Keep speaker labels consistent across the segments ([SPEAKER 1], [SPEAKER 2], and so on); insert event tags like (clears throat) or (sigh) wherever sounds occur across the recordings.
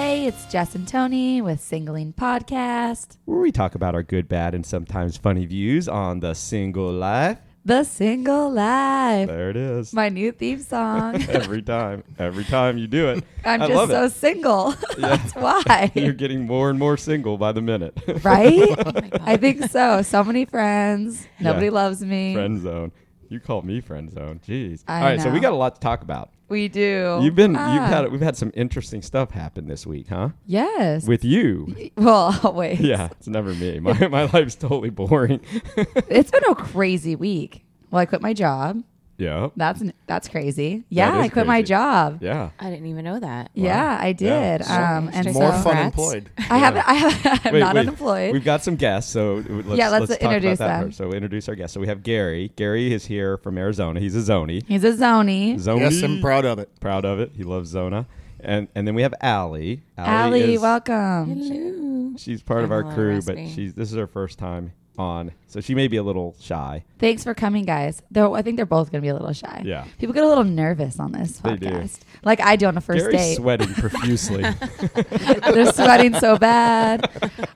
[SPEAKER 1] It's Jess and Tony with Singling Podcast,
[SPEAKER 2] where we talk about our good, bad, and sometimes funny views on the single life.
[SPEAKER 1] The Single Life.
[SPEAKER 2] There it is.
[SPEAKER 1] My (laughs) new theme
[SPEAKER 2] (laughs)
[SPEAKER 1] song. (laughs)
[SPEAKER 2] every time, every time you do it,
[SPEAKER 1] I'm
[SPEAKER 2] I
[SPEAKER 1] just
[SPEAKER 2] love
[SPEAKER 1] so
[SPEAKER 2] it.
[SPEAKER 1] single. (laughs) That's why.
[SPEAKER 2] (laughs) You're getting more and more single by the minute.
[SPEAKER 1] (laughs)
[SPEAKER 2] (laughs)
[SPEAKER 1] right?
[SPEAKER 3] my God.
[SPEAKER 1] I think so. So many friends. Nobody
[SPEAKER 2] Yeah.
[SPEAKER 1] loves me.
[SPEAKER 2] friend zone. You call me friend zone.
[SPEAKER 1] Mm.
[SPEAKER 2] Jeez.
[SPEAKER 1] I
[SPEAKER 2] All right, so
[SPEAKER 1] know.
[SPEAKER 2] we got a lot to talk about.
[SPEAKER 1] We do.
[SPEAKER 2] You've been,
[SPEAKER 1] Ah.
[SPEAKER 2] you've had, we've had some interesting stuff happen this week, huh?
[SPEAKER 1] Yes.
[SPEAKER 2] With you.
[SPEAKER 1] (laughs) well, always.
[SPEAKER 2] Yeah, it's never me. My, my life's totally boring. (laughs)
[SPEAKER 1] It's been a crazy week. Well, I quit my job.
[SPEAKER 2] yeah.
[SPEAKER 1] That's that's crazy. Yeah,
[SPEAKER 2] is
[SPEAKER 1] I quit my
[SPEAKER 2] crazy.
[SPEAKER 1] job.
[SPEAKER 2] Yeah.
[SPEAKER 3] I didn't even know that.
[SPEAKER 1] Yeah, I did.
[SPEAKER 2] Yeah.
[SPEAKER 1] Um, and
[SPEAKER 3] Interesting.
[SPEAKER 1] so
[SPEAKER 4] More
[SPEAKER 3] Congrats.
[SPEAKER 4] fun employed.
[SPEAKER 1] I haven't. (laughs) I haven't. I'm
[SPEAKER 2] Wait,
[SPEAKER 1] not
[SPEAKER 2] wait.
[SPEAKER 1] unemployed.
[SPEAKER 2] We've got some guests, so let's,
[SPEAKER 1] Yeah, let's
[SPEAKER 2] talk
[SPEAKER 1] introduce
[SPEAKER 2] about that
[SPEAKER 1] them.
[SPEAKER 2] first. So introduce our guests. So we have Gary. Gary is here from Arizona. He's a Zony.
[SPEAKER 1] He's a zony.
[SPEAKER 2] Zony.
[SPEAKER 4] Yes, I'm proud of it.
[SPEAKER 2] proud of it. He loves Zona. And and then we have Allie.
[SPEAKER 1] Allie,
[SPEAKER 2] is-
[SPEAKER 1] welcome.
[SPEAKER 3] Hello.
[SPEAKER 2] She's part of
[SPEAKER 3] I'm a
[SPEAKER 2] our
[SPEAKER 3] little
[SPEAKER 2] crew,
[SPEAKER 3] raspy.
[SPEAKER 2] but she's this is her first time on, so she may be a little shy.
[SPEAKER 1] Thanks for coming, guys. Though I think they're both going to be a little shy.
[SPEAKER 2] Yeah.
[SPEAKER 1] People get a little nervous on this
[SPEAKER 2] They do.
[SPEAKER 1] podcast, like I do on a first
[SPEAKER 2] Gary's
[SPEAKER 1] date. (laughs)
[SPEAKER 2] sweating profusely.
[SPEAKER 1] they're sweating so
[SPEAKER 2] (laughs)
[SPEAKER 1] bad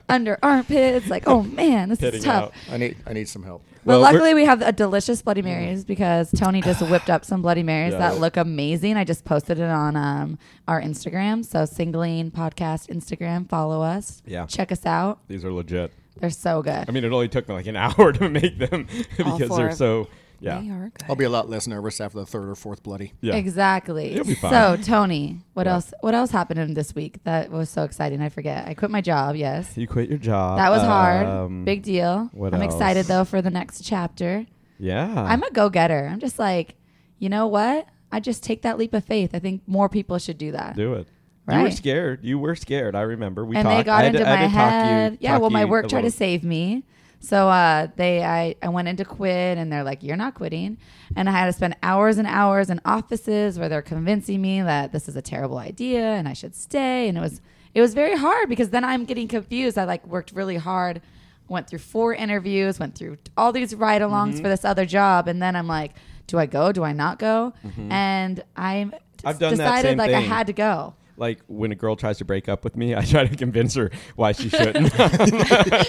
[SPEAKER 1] under armpits. Like, oh man, this
[SPEAKER 2] Pitting
[SPEAKER 1] is tough.
[SPEAKER 2] out.
[SPEAKER 4] I need I need some help.
[SPEAKER 1] But
[SPEAKER 2] Well, we're-
[SPEAKER 1] luckily, we have a delicious Bloody Marys because Tony just
[SPEAKER 2] (sighs)
[SPEAKER 1] whipped up some Bloody Marys
[SPEAKER 2] Yeah.
[SPEAKER 1] that look amazing. I just posted it on um, our Instagram. So, Singling Podcast Instagram, follow us.
[SPEAKER 2] Yeah.
[SPEAKER 1] Check us out.
[SPEAKER 2] These are legit.
[SPEAKER 1] They're so good.
[SPEAKER 2] I mean, it only took me like an (laughs) hour to make them (laughs)
[SPEAKER 3] All
[SPEAKER 2] because
[SPEAKER 3] four
[SPEAKER 2] they're
[SPEAKER 3] of-
[SPEAKER 2] so yeah.
[SPEAKER 3] They are good.
[SPEAKER 4] I'll be a lot less nervous after the third or fourth bloody.
[SPEAKER 2] Yeah.
[SPEAKER 1] Exactly.
[SPEAKER 2] It'll be fine.
[SPEAKER 1] So, Tony, what
[SPEAKER 2] Yeah.
[SPEAKER 1] else? What else happened in this week that was so exciting? I forget. I quit my job. Yes,
[SPEAKER 2] You quit your job.
[SPEAKER 1] that was
[SPEAKER 2] Um,
[SPEAKER 1] hard. Big deal.
[SPEAKER 2] what
[SPEAKER 1] I'm excited
[SPEAKER 2] else?
[SPEAKER 1] though for the next chapter.
[SPEAKER 2] Yeah.
[SPEAKER 1] I'm a go-getter. I'm just like, you know what? I just take that leap of faith. I think more people should do that.
[SPEAKER 2] Do it. You were
[SPEAKER 1] Right.
[SPEAKER 2] scared. You were scared. I remember. We
[SPEAKER 1] and
[SPEAKER 2] talked.
[SPEAKER 1] they got
[SPEAKER 2] I had
[SPEAKER 1] into
[SPEAKER 2] to, I
[SPEAKER 1] my
[SPEAKER 2] had to talk you-
[SPEAKER 1] head. yeah,
[SPEAKER 2] talk
[SPEAKER 1] well, my
[SPEAKER 2] you
[SPEAKER 1] work
[SPEAKER 2] a
[SPEAKER 1] tried to
[SPEAKER 2] little-
[SPEAKER 1] save me. So uh, they, I, I went in to quit, and they're like, "You're not quitting," and I had to spend hours and hours in offices where they're convincing me that this is a terrible idea and I should stay. And it was, it was very hard because then I'm getting confused. I like worked really hard, went through four interviews, went through all these
[SPEAKER 2] Mm-hmm.
[SPEAKER 1] ride-alongs for this other job, and then I'm like, "Do I go? Do I not go?" And I'm,
[SPEAKER 2] Mm-hmm. I've done that
[SPEAKER 1] decided
[SPEAKER 2] same
[SPEAKER 1] like I
[SPEAKER 2] thing.
[SPEAKER 1] had to go.
[SPEAKER 2] Like when a girl tries to break up with me, I try to convince her why she shouldn't.
[SPEAKER 1] (laughs)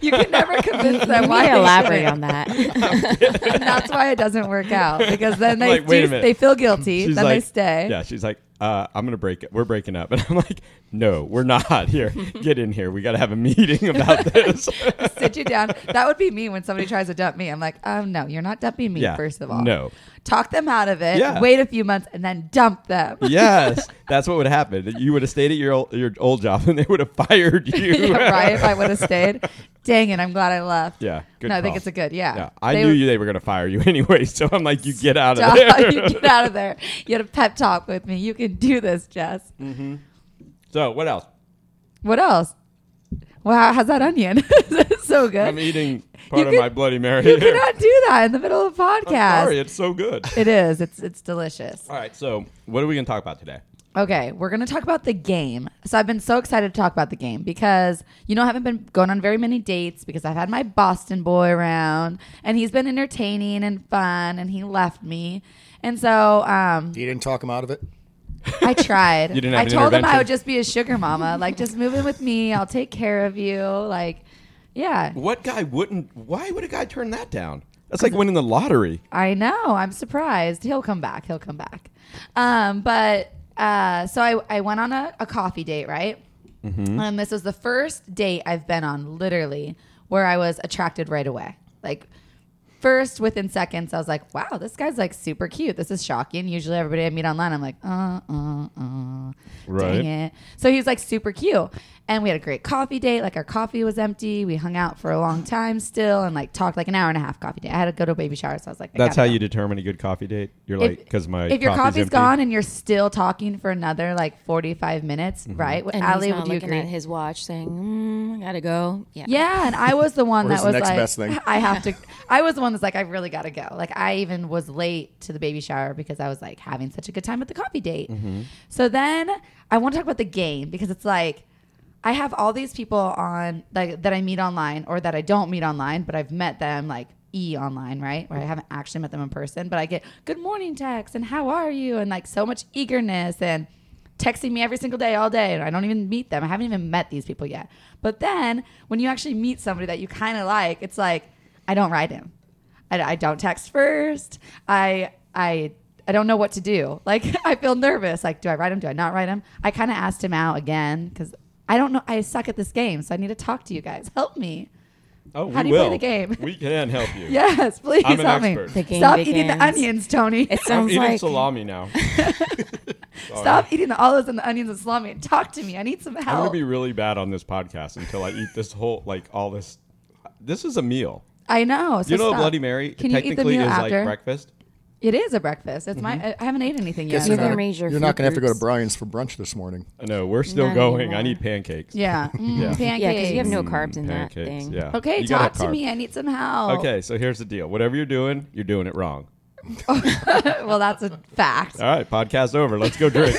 [SPEAKER 1] You can
[SPEAKER 2] (laughs)
[SPEAKER 1] never convince them.
[SPEAKER 3] Can
[SPEAKER 1] Why
[SPEAKER 3] we
[SPEAKER 1] they
[SPEAKER 3] elaborate
[SPEAKER 1] shouldn't.
[SPEAKER 3] on that?
[SPEAKER 1] (laughs)
[SPEAKER 3] (laughs)
[SPEAKER 1] and that's why it doesn't work out because
[SPEAKER 2] (laughs)
[SPEAKER 1] then they
[SPEAKER 2] Like, wait a
[SPEAKER 1] do,
[SPEAKER 2] minute.
[SPEAKER 1] they feel guilty, then they
[SPEAKER 2] like-
[SPEAKER 1] stay.
[SPEAKER 2] Yeah, she's like, uh, I'm gonna break it. We're breaking up, (laughs) and I'm like, No, we're
[SPEAKER 1] (laughs)
[SPEAKER 2] not. Here, get in here. We gotta have a meeting about this.
[SPEAKER 1] Sit you down. That would be me when somebody tries to dump me. I'm like, oh no, you're not dumping me.
[SPEAKER 2] Yeah.
[SPEAKER 1] First of all,
[SPEAKER 2] No.
[SPEAKER 1] Talk them out of it.
[SPEAKER 2] Yeah.
[SPEAKER 1] Wait a few months and then dump them. (laughs)
[SPEAKER 2] yes, that's what would happen. You would have stayed at your old, your old job, and they would have fired you.
[SPEAKER 1] Yeah, (laughs) right. If I would have stayed, dang it, I'm glad I left.
[SPEAKER 2] (laughs) Yeah, good
[SPEAKER 1] no, I think
[SPEAKER 2] call.
[SPEAKER 1] it's a good. Yeah,
[SPEAKER 2] Yeah, I
[SPEAKER 1] They
[SPEAKER 2] knew
[SPEAKER 1] were- (laughs)
[SPEAKER 2] you they were gonna fire you (laughs) anyway. So I'm like, you get out of
[SPEAKER 1] Stop. (laughs)
[SPEAKER 2] there.
[SPEAKER 1] you get out of there. You had a pep talk with me. You can do this, Jess.
[SPEAKER 2] so what else?
[SPEAKER 1] What else? Wow, how's that onion? (laughs) so good.
[SPEAKER 2] I'm eating part
[SPEAKER 1] You
[SPEAKER 2] of
[SPEAKER 1] could-
[SPEAKER 2] my Bloody Mary.
[SPEAKER 1] you
[SPEAKER 2] here.
[SPEAKER 1] cannot do that in the middle of a
[SPEAKER 2] I'm
[SPEAKER 1] podcast.
[SPEAKER 2] sorry, it's so good. (laughs)
[SPEAKER 1] It is. It's it's delicious.
[SPEAKER 2] All right, so what are we gonna talk about today?
[SPEAKER 1] Okay, we're gonna talk about the game. So I've been so excited to talk about the game because you know I haven't been going on very many dates because I've had my Boston boy around and he's been entertaining and fun and he left me. And so um,
[SPEAKER 4] You didn't talk him out of it.
[SPEAKER 2] (laughs)
[SPEAKER 1] I tried.
[SPEAKER 2] You didn't have
[SPEAKER 1] I
[SPEAKER 2] an
[SPEAKER 1] told him I
[SPEAKER 2] intervention?
[SPEAKER 1] would just be a sugar mama, like just move in with me. I'll take care of you. Like, yeah,
[SPEAKER 2] What guy wouldn't? Why would a guy turn that down? That's like winning the lottery.
[SPEAKER 1] I know. I'm surprised. He'll come back. He'll come back. Um, but uh, so I, I went on a, a coffee date, right?
[SPEAKER 2] Mm-hmm.
[SPEAKER 1] And this was the first date I've been on, literally, where I was attracted right away. Like, first within seconds, I was like, wow, this guy's like super cute. This is shocking. Usually, everybody I meet online, I'm like, uh, uh, uh.
[SPEAKER 2] Right.
[SPEAKER 1] Dang it. So he was like super cute. And we had a great coffee date. Like, our coffee was empty. We hung out for a long time still and like talked like an hour and a half coffee date. I had to go to a baby shower. So I was like, I
[SPEAKER 2] That's how
[SPEAKER 1] gotta go.
[SPEAKER 2] you determine a good coffee date. You're like, because my
[SPEAKER 1] if your
[SPEAKER 2] coffee's
[SPEAKER 1] coffee's
[SPEAKER 2] empty.
[SPEAKER 1] gone and you're still talking for another like 45 minutes,
[SPEAKER 2] Mm-hmm.
[SPEAKER 1] right? What
[SPEAKER 3] And
[SPEAKER 1] Allie,
[SPEAKER 3] he's not
[SPEAKER 1] would you
[SPEAKER 3] looking
[SPEAKER 1] agree?
[SPEAKER 3] at his watch saying, mm, I gotta go. Yeah.
[SPEAKER 1] yeah, and I was the one
[SPEAKER 4] Where's
[SPEAKER 1] that
[SPEAKER 4] the
[SPEAKER 1] was
[SPEAKER 4] next
[SPEAKER 1] like,
[SPEAKER 4] best thing?
[SPEAKER 1] (laughs) I have to. I was the one that's like, I really got to go. Like, I even was late to the baby shower because I was like having such a good time at the coffee date.
[SPEAKER 4] Mm-hmm.
[SPEAKER 1] So then I want to talk about the game because it's like I have all these people on like that I meet online or that I don't meet online, but I've met them like e online, right? Where I haven't actually met them in person, but I get good morning texts and how are you and like so much eagerness and. texting me every single day, all day, and I don't even meet them. I haven't even met these people yet. But then when you actually meet somebody that you kind of like, it's like, I don't write him. I, I don't text first. I I I don't know what to do. (laughs) Like I feel nervous. Like do I write him? Do I not write him? I kind of asked him out again because I don't know. I suck at this game, so I need to talk to you guys. (laughs) Help me.
[SPEAKER 2] Oh, we
[SPEAKER 1] How do you
[SPEAKER 2] will.
[SPEAKER 1] play the game?
[SPEAKER 2] We can help
[SPEAKER 1] (laughs)
[SPEAKER 2] you.
[SPEAKER 1] Yes, please
[SPEAKER 2] I'm an
[SPEAKER 1] help
[SPEAKER 2] expert.
[SPEAKER 1] me.
[SPEAKER 3] The game
[SPEAKER 1] Stop eating the
[SPEAKER 3] begins.
[SPEAKER 1] onions, Tony.
[SPEAKER 3] It
[SPEAKER 2] I'm
[SPEAKER 3] sounds
[SPEAKER 2] eating
[SPEAKER 3] like
[SPEAKER 2] salami now.
[SPEAKER 1] (laughs) Stop eating the olives and the onions and salami and talk to me. I need some
[SPEAKER 2] I'm gonna
[SPEAKER 1] help.
[SPEAKER 2] be really bad on this podcast until I eat this whole like all this. This is a meal.
[SPEAKER 1] I know. So
[SPEAKER 2] you know, a
[SPEAKER 1] stop.
[SPEAKER 2] Bloody Mary
[SPEAKER 1] Can you eat the
[SPEAKER 2] technically
[SPEAKER 1] meal
[SPEAKER 2] is
[SPEAKER 1] after?
[SPEAKER 2] like Mm-hmm. breakfast.
[SPEAKER 1] It is a breakfast. It's my. I- I haven't ate anything yet.
[SPEAKER 4] Guess
[SPEAKER 3] You
[SPEAKER 4] you're
[SPEAKER 3] can
[SPEAKER 4] not,
[SPEAKER 3] raise your
[SPEAKER 4] you're not
[SPEAKER 3] food
[SPEAKER 4] gonna have to go to
[SPEAKER 3] groups.
[SPEAKER 4] Brian's for brunch this morning.
[SPEAKER 2] No, we're still
[SPEAKER 3] Not
[SPEAKER 2] going.
[SPEAKER 3] anymore.
[SPEAKER 2] I need pancakes.
[SPEAKER 1] yeah. Mm,
[SPEAKER 2] Yeah.
[SPEAKER 1] Pancakes.
[SPEAKER 3] yeah, because you have no carbs in that
[SPEAKER 2] pancakes.
[SPEAKER 3] thing.
[SPEAKER 2] Yeah.
[SPEAKER 1] Okay,
[SPEAKER 2] You gotta
[SPEAKER 1] talk to
[SPEAKER 2] carb.
[SPEAKER 1] me. I need some help.
[SPEAKER 2] Okay, so here's the deal. Whatever you're doing, you're doing it wrong.
[SPEAKER 1] (laughs) well, that's a fact.
[SPEAKER 2] All right, podcast over. Let's
[SPEAKER 1] (laughs)
[SPEAKER 2] go drink.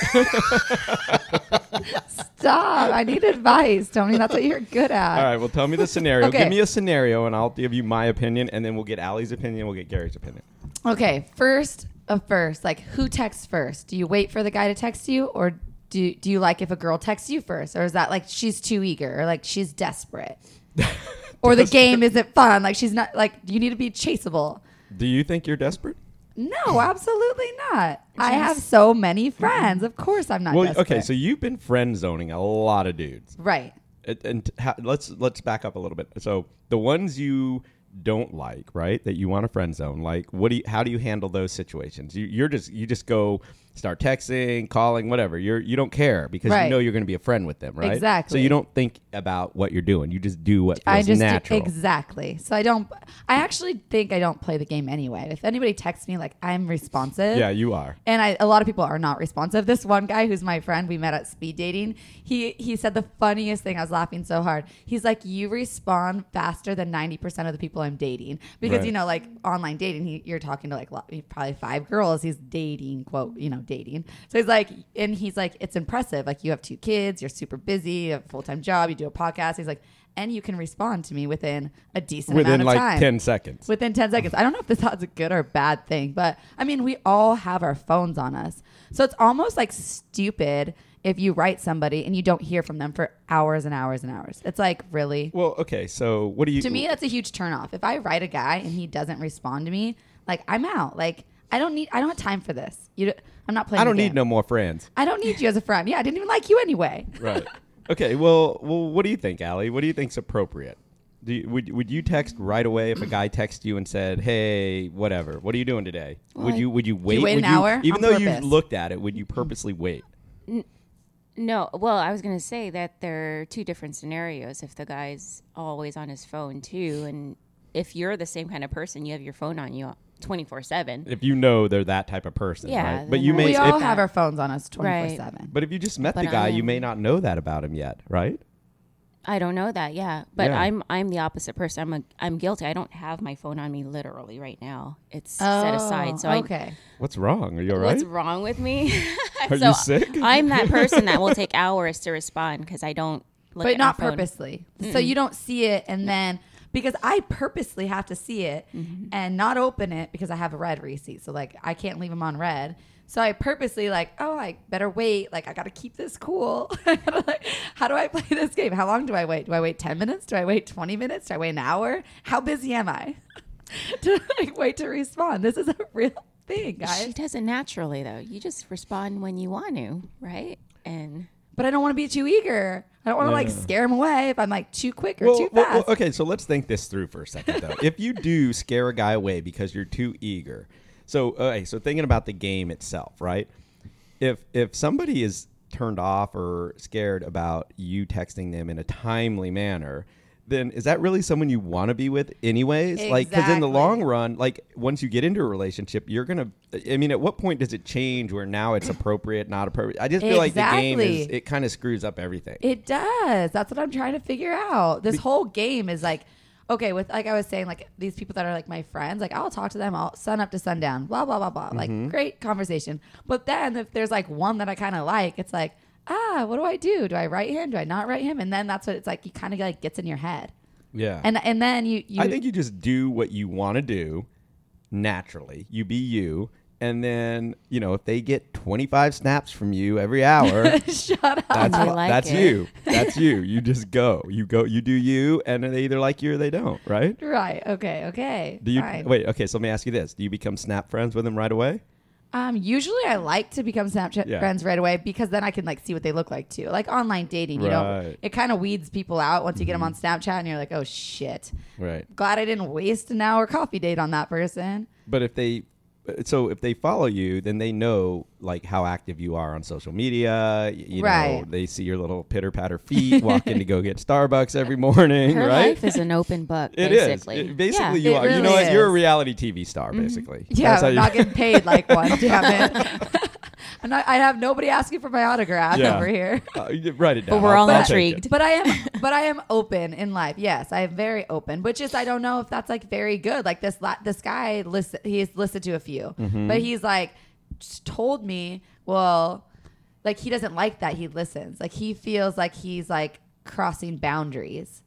[SPEAKER 1] Stop. I need advice, Tony. That's what you're good at.
[SPEAKER 2] All right, well, tell me the scenario.
[SPEAKER 1] Okay.
[SPEAKER 2] Give me a scenario, and I'll give you my opinion, and then we'll get Allie's opinion. We'll get Gary's opinion.
[SPEAKER 1] Okay, first of first, like who texts first? Do you wait for the guy to text you, or do do you like if a girl texts you first, or is that like she's too eager, or like she's
[SPEAKER 2] (laughs)
[SPEAKER 1] desperate, or the game isn't fun? Like she's not like you need to be chaseable.
[SPEAKER 2] Do you think you're desperate?
[SPEAKER 1] No, absolutely not. I have so many friends. Of course, I'm not.
[SPEAKER 2] well,
[SPEAKER 1] desperate.
[SPEAKER 2] okay. So you've been friend zoning a lot of dudes.
[SPEAKER 1] right,
[SPEAKER 2] it, and t- ha- let's let's back up a little bit. So the ones you don't like, right? That you want to friend zone. Like, what do you? How do you handle those situations? You, you're just you just go start texting, calling, whatever. You're you don't care because
[SPEAKER 1] Right.
[SPEAKER 2] you know you're going to be a friend with them, right? So
[SPEAKER 1] Exactly.
[SPEAKER 2] you don't think about what you're doing. You just do what feels
[SPEAKER 1] I just do-
[SPEAKER 2] natural.
[SPEAKER 1] exactly. So I don't. I actually think I don't play the game anyway. If anybody texts me, like I'm responsive.
[SPEAKER 2] yeah, you are.
[SPEAKER 1] and I, a lot of people are not responsive. This one guy who's my friend, we met at speed dating. He he said the funniest thing. I was laughing so hard. He's like, "You respond faster than ninety percent of the people I'm dating because
[SPEAKER 2] Right.
[SPEAKER 1] you know, like online dating, he, you're talking to like lo- probably five girls. He's dating, quote, you know, dating. So he's like, and he's like, it's impressive. Like you have two kids, you're super busy, you have a full time job, you do a podcast. He's like, and you can respond to me within a decent amount
[SPEAKER 2] Within
[SPEAKER 1] of
[SPEAKER 2] like
[SPEAKER 1] time
[SPEAKER 2] ten seconds.
[SPEAKER 1] within 10 seconds. I don't know if this is a good or bad thing, but I mean, we all have our phones on us. So it's almost like stupid if you write somebody and you don't hear from them for hours and hours and hours. It's like, really?
[SPEAKER 2] well, okay. So what do you?
[SPEAKER 1] To me, that's a huge turnoff. If I write a guy and he doesn't respond to me, like, I'm out. Like, I don't need, I don't have time for this. You, d- I'm not playing.
[SPEAKER 2] I
[SPEAKER 1] the
[SPEAKER 2] don't need
[SPEAKER 1] game.
[SPEAKER 2] no more friends.
[SPEAKER 1] I don't need you as a friend. Yeah, I didn't even like you anyway.
[SPEAKER 2] Right. okay. Well, well, what do you think, Allie? What do you think's appropriate? Do you, would would you text right away if a
[SPEAKER 1] (clears throat)
[SPEAKER 2] guy texted you and said, "Hey, whatever. What are you doing today?" would
[SPEAKER 3] I-
[SPEAKER 2] you would you wait?
[SPEAKER 1] wait
[SPEAKER 2] Would
[SPEAKER 1] an hour
[SPEAKER 2] Even
[SPEAKER 1] on
[SPEAKER 2] though you
[SPEAKER 1] purpose?
[SPEAKER 2] looked at it, would you purposely wait?
[SPEAKER 3] No, well, I was gonna say that there are two different scenarios. If the guy's always on his phone too, and if you're the same kind of person, you have your phone on you twenty four seven.
[SPEAKER 2] If you know they're that type of person,
[SPEAKER 3] Yeah,
[SPEAKER 2] right?
[SPEAKER 3] then
[SPEAKER 2] But you
[SPEAKER 3] I-
[SPEAKER 2] may.
[SPEAKER 1] we
[SPEAKER 2] if-
[SPEAKER 1] all have our phones on us 24
[SPEAKER 3] Right.
[SPEAKER 1] 7.
[SPEAKER 2] but if you just met the
[SPEAKER 3] But
[SPEAKER 2] guy,
[SPEAKER 3] I
[SPEAKER 2] you
[SPEAKER 3] am-
[SPEAKER 2] may not know that about him yet, right?
[SPEAKER 3] I don't know that, yeah, but
[SPEAKER 2] Yeah.
[SPEAKER 3] I'm I'm the opposite person. I'm a, I'm guilty. I don't have my phone on me literally right now. It's set aside. So I,
[SPEAKER 1] Oh, okay.
[SPEAKER 2] What's wrong? Are you all right?
[SPEAKER 3] what's wrong with me? (laughs)
[SPEAKER 2] Are
[SPEAKER 3] So
[SPEAKER 2] you sick?
[SPEAKER 3] I'm that person that
[SPEAKER 2] (laughs)
[SPEAKER 3] will take hours to respond because I don't. Look
[SPEAKER 1] but
[SPEAKER 3] at my
[SPEAKER 1] not
[SPEAKER 3] phone.
[SPEAKER 1] purposely. So you don't see it, and then because I purposely have to see it and not open it because I have a red receipt, so like I can't leave them on red. So I purposely like, oh, I better wait. Like I got to keep this cool. (laughs) I gotta, like, How do I play this game? How long do I wait? Do I wait ten minutes? Do I wait twenty minutes? Do I wait an hour? How busy am I (laughs) to like wait to respond? This is a real thing, guys.
[SPEAKER 3] She does it naturally though. You just respond when you want to, right? And
[SPEAKER 1] But I don't want to be too eager. I don't want to like scare them away if I'm like too quick or too fast.
[SPEAKER 2] okay, so let's think this through for a second, though. if you do scare a guy away because you're too eager, so okay, so thinking about the game itself, right? If if somebody is turned off or scared about you texting them in a timely manner. Then is that really someone you want to be with, anyways? Like, because in the
[SPEAKER 1] Exactly.
[SPEAKER 2] long run, like once you get into a relationship, you're gonna. I mean, at what point does it change where now it's appropriate, not appropriate? I just feel like the game is
[SPEAKER 1] Exactly.
[SPEAKER 2] it kind of screws up everything.
[SPEAKER 1] It does. That's what I'm trying to figure out. This whole game is like, okay, with like I was saying, like these people that are like my friends, like I'll talk to them all sun up to sundown, blah blah blah blah.
[SPEAKER 2] Mm-hmm.
[SPEAKER 1] Like great conversation. But then if there's like one that I kind of like, it's like, ah, what do I do? Do I write him? Do I not write him? And then that's what it's like. You kind of like gets in your head,
[SPEAKER 2] yeah,
[SPEAKER 1] and and then you you
[SPEAKER 2] I think you just do what you want to do naturally. You be you, And then, you know, if they get 25 snaps from you every
[SPEAKER 1] (laughs) (laughs)
[SPEAKER 2] hour,
[SPEAKER 1] Shut up.
[SPEAKER 2] that's,
[SPEAKER 3] I
[SPEAKER 2] wha-
[SPEAKER 3] like
[SPEAKER 2] that's
[SPEAKER 3] it.
[SPEAKER 2] you. That's you. You just go. You go, you do you, and they either like you or they don't, right?
[SPEAKER 1] Right. Okay. Okay.
[SPEAKER 2] Do you
[SPEAKER 1] fine.
[SPEAKER 2] wait? Okay, so let me ask you this: Do you become snap friends with them right away?
[SPEAKER 1] Um, usually I like to become Snapchat
[SPEAKER 2] Yeah.
[SPEAKER 1] friends right away because then I can like see what they look like too. Like online dating, you know,
[SPEAKER 2] Right. Mm-hmm.
[SPEAKER 1] it kind of weeds people out once you get them on Snapchat and you're like, oh shit.
[SPEAKER 2] Right.
[SPEAKER 1] Glad I didn't waste an hour coffee date on that person.
[SPEAKER 2] But if they, so if they follow you, then they know like how active you are on social media. y- You know,
[SPEAKER 1] Right.
[SPEAKER 2] they see your little pitter patter feet walking to go get Starbucks every morning,
[SPEAKER 3] (laughs) Her
[SPEAKER 2] right?
[SPEAKER 3] life is an open book,
[SPEAKER 2] (laughs) It is.
[SPEAKER 3] basically.
[SPEAKER 2] It- basically,
[SPEAKER 1] Yeah.
[SPEAKER 2] you
[SPEAKER 1] It
[SPEAKER 2] are. you know
[SPEAKER 1] really
[SPEAKER 2] what? You're a
[SPEAKER 1] is. Mm-hmm.
[SPEAKER 2] reality TV star, basically.
[SPEAKER 1] Yeah,
[SPEAKER 2] That's how
[SPEAKER 1] I'm
[SPEAKER 2] you-
[SPEAKER 1] not getting paid like one. Damn it. (laughs) I'm not, I have nobody asking for my autograph
[SPEAKER 2] Yeah.
[SPEAKER 1] over here.
[SPEAKER 2] (laughs) Uh, you
[SPEAKER 1] (laughs)
[SPEAKER 2] write it down.
[SPEAKER 3] But we're all
[SPEAKER 2] I'll take it.
[SPEAKER 3] intrigued.
[SPEAKER 1] But I am, but I am open in life. Yes, I am very open. Which is, I don't know if that's like very good. Like this, la- this guy list, he's listed to a few, but he's like just told me, well, like he doesn't like that he listens. Like he feels like he's like crossing boundaries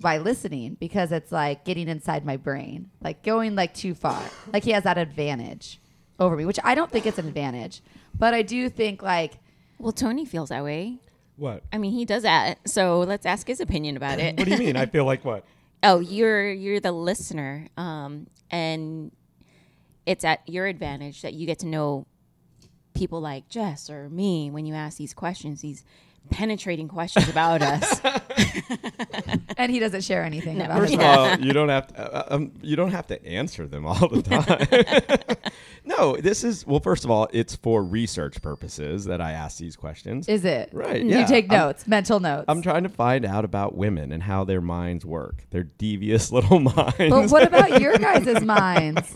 [SPEAKER 1] by listening because it's like getting inside my brain, like going like too far. Like he has that advantage over me, which I don't think it's an advantage, but I do think like
[SPEAKER 3] well, Tony feels that way.
[SPEAKER 2] What?
[SPEAKER 3] I mean, he does that. So let's ask his opinion about it.
[SPEAKER 2] What do you mean? I feel like
[SPEAKER 1] (laughs)
[SPEAKER 2] what?
[SPEAKER 3] Oh, you're you're the listener, um, and it's at your advantage that you get to know people like Jess or me when you ask these questions, these penetrating questions about us.
[SPEAKER 1] and he doesn't share anything about
[SPEAKER 2] First (laughs)
[SPEAKER 1] his
[SPEAKER 2] of all, you don't have to. Uh, um, you don't have to answer them all the time.
[SPEAKER 1] (laughs)
[SPEAKER 2] no, this is well. First of all, it's for research purposes that I ask these questions.
[SPEAKER 1] Is it?
[SPEAKER 2] Right,
[SPEAKER 1] Mm,
[SPEAKER 2] yeah.
[SPEAKER 1] You take
[SPEAKER 2] I'm-
[SPEAKER 1] notes, mental notes.
[SPEAKER 2] I'm trying to find out about women and how their minds work, their devious (laughs) little minds.
[SPEAKER 1] but what about
[SPEAKER 2] (laughs)
[SPEAKER 1] your guys' minds?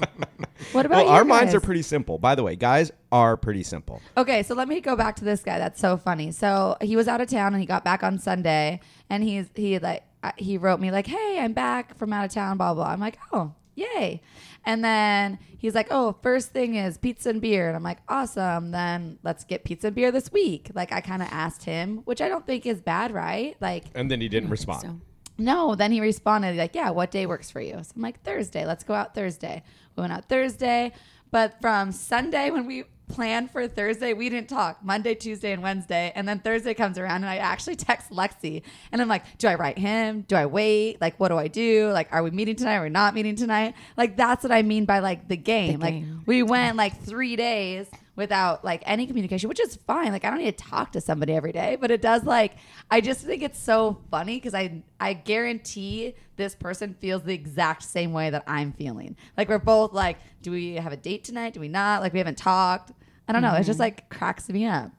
[SPEAKER 1] What about
[SPEAKER 2] well,
[SPEAKER 1] your
[SPEAKER 2] our minds
[SPEAKER 1] guys'?
[SPEAKER 2] are pretty simple. By the way, guys are pretty simple.
[SPEAKER 1] Okay, so let me go back to this guy. That's so funny. So he was out of town and he got back on Sunday, and he's he like I- he wrote me like, "Hey, I'm back from out of town." Blah blah. I'm like, "Oh, yay!" And then he's like, "Oh, first thing is pizza and beer," and I'm like, "Awesome." Then let's get pizza and beer this week. Like I kind of asked him, which I don't think is bad, right? Like
[SPEAKER 2] And then he didn't respond.
[SPEAKER 3] So
[SPEAKER 1] No, then he responded like, "Yeah, what day works for you?" So I'm like, "Thursday. Let's go out Thursday." We went out Thursday, but from Sunday when we planned for Thursday, we didn't talk. Monday, Tuesday, and Wednesday, and then Thursday comes around, and I actually text Lexi, and I'm like, "Do I write him? Do I wait? Like, what do I do? Like, are we meeting tonight? Are we not meeting tonight? Like, that's what I mean by like the game. like,
[SPEAKER 3] game.
[SPEAKER 1] we went like three days." without like any communication, which is fine. Like I don't need to talk to somebody every day, but it does like I just think it's so funny because I I guarantee this person feels the exact same way that I'm feeling. Like we're both like, do we have a date tonight? Do we not? Like we haven't talked. I don't know. It just like cracks me up.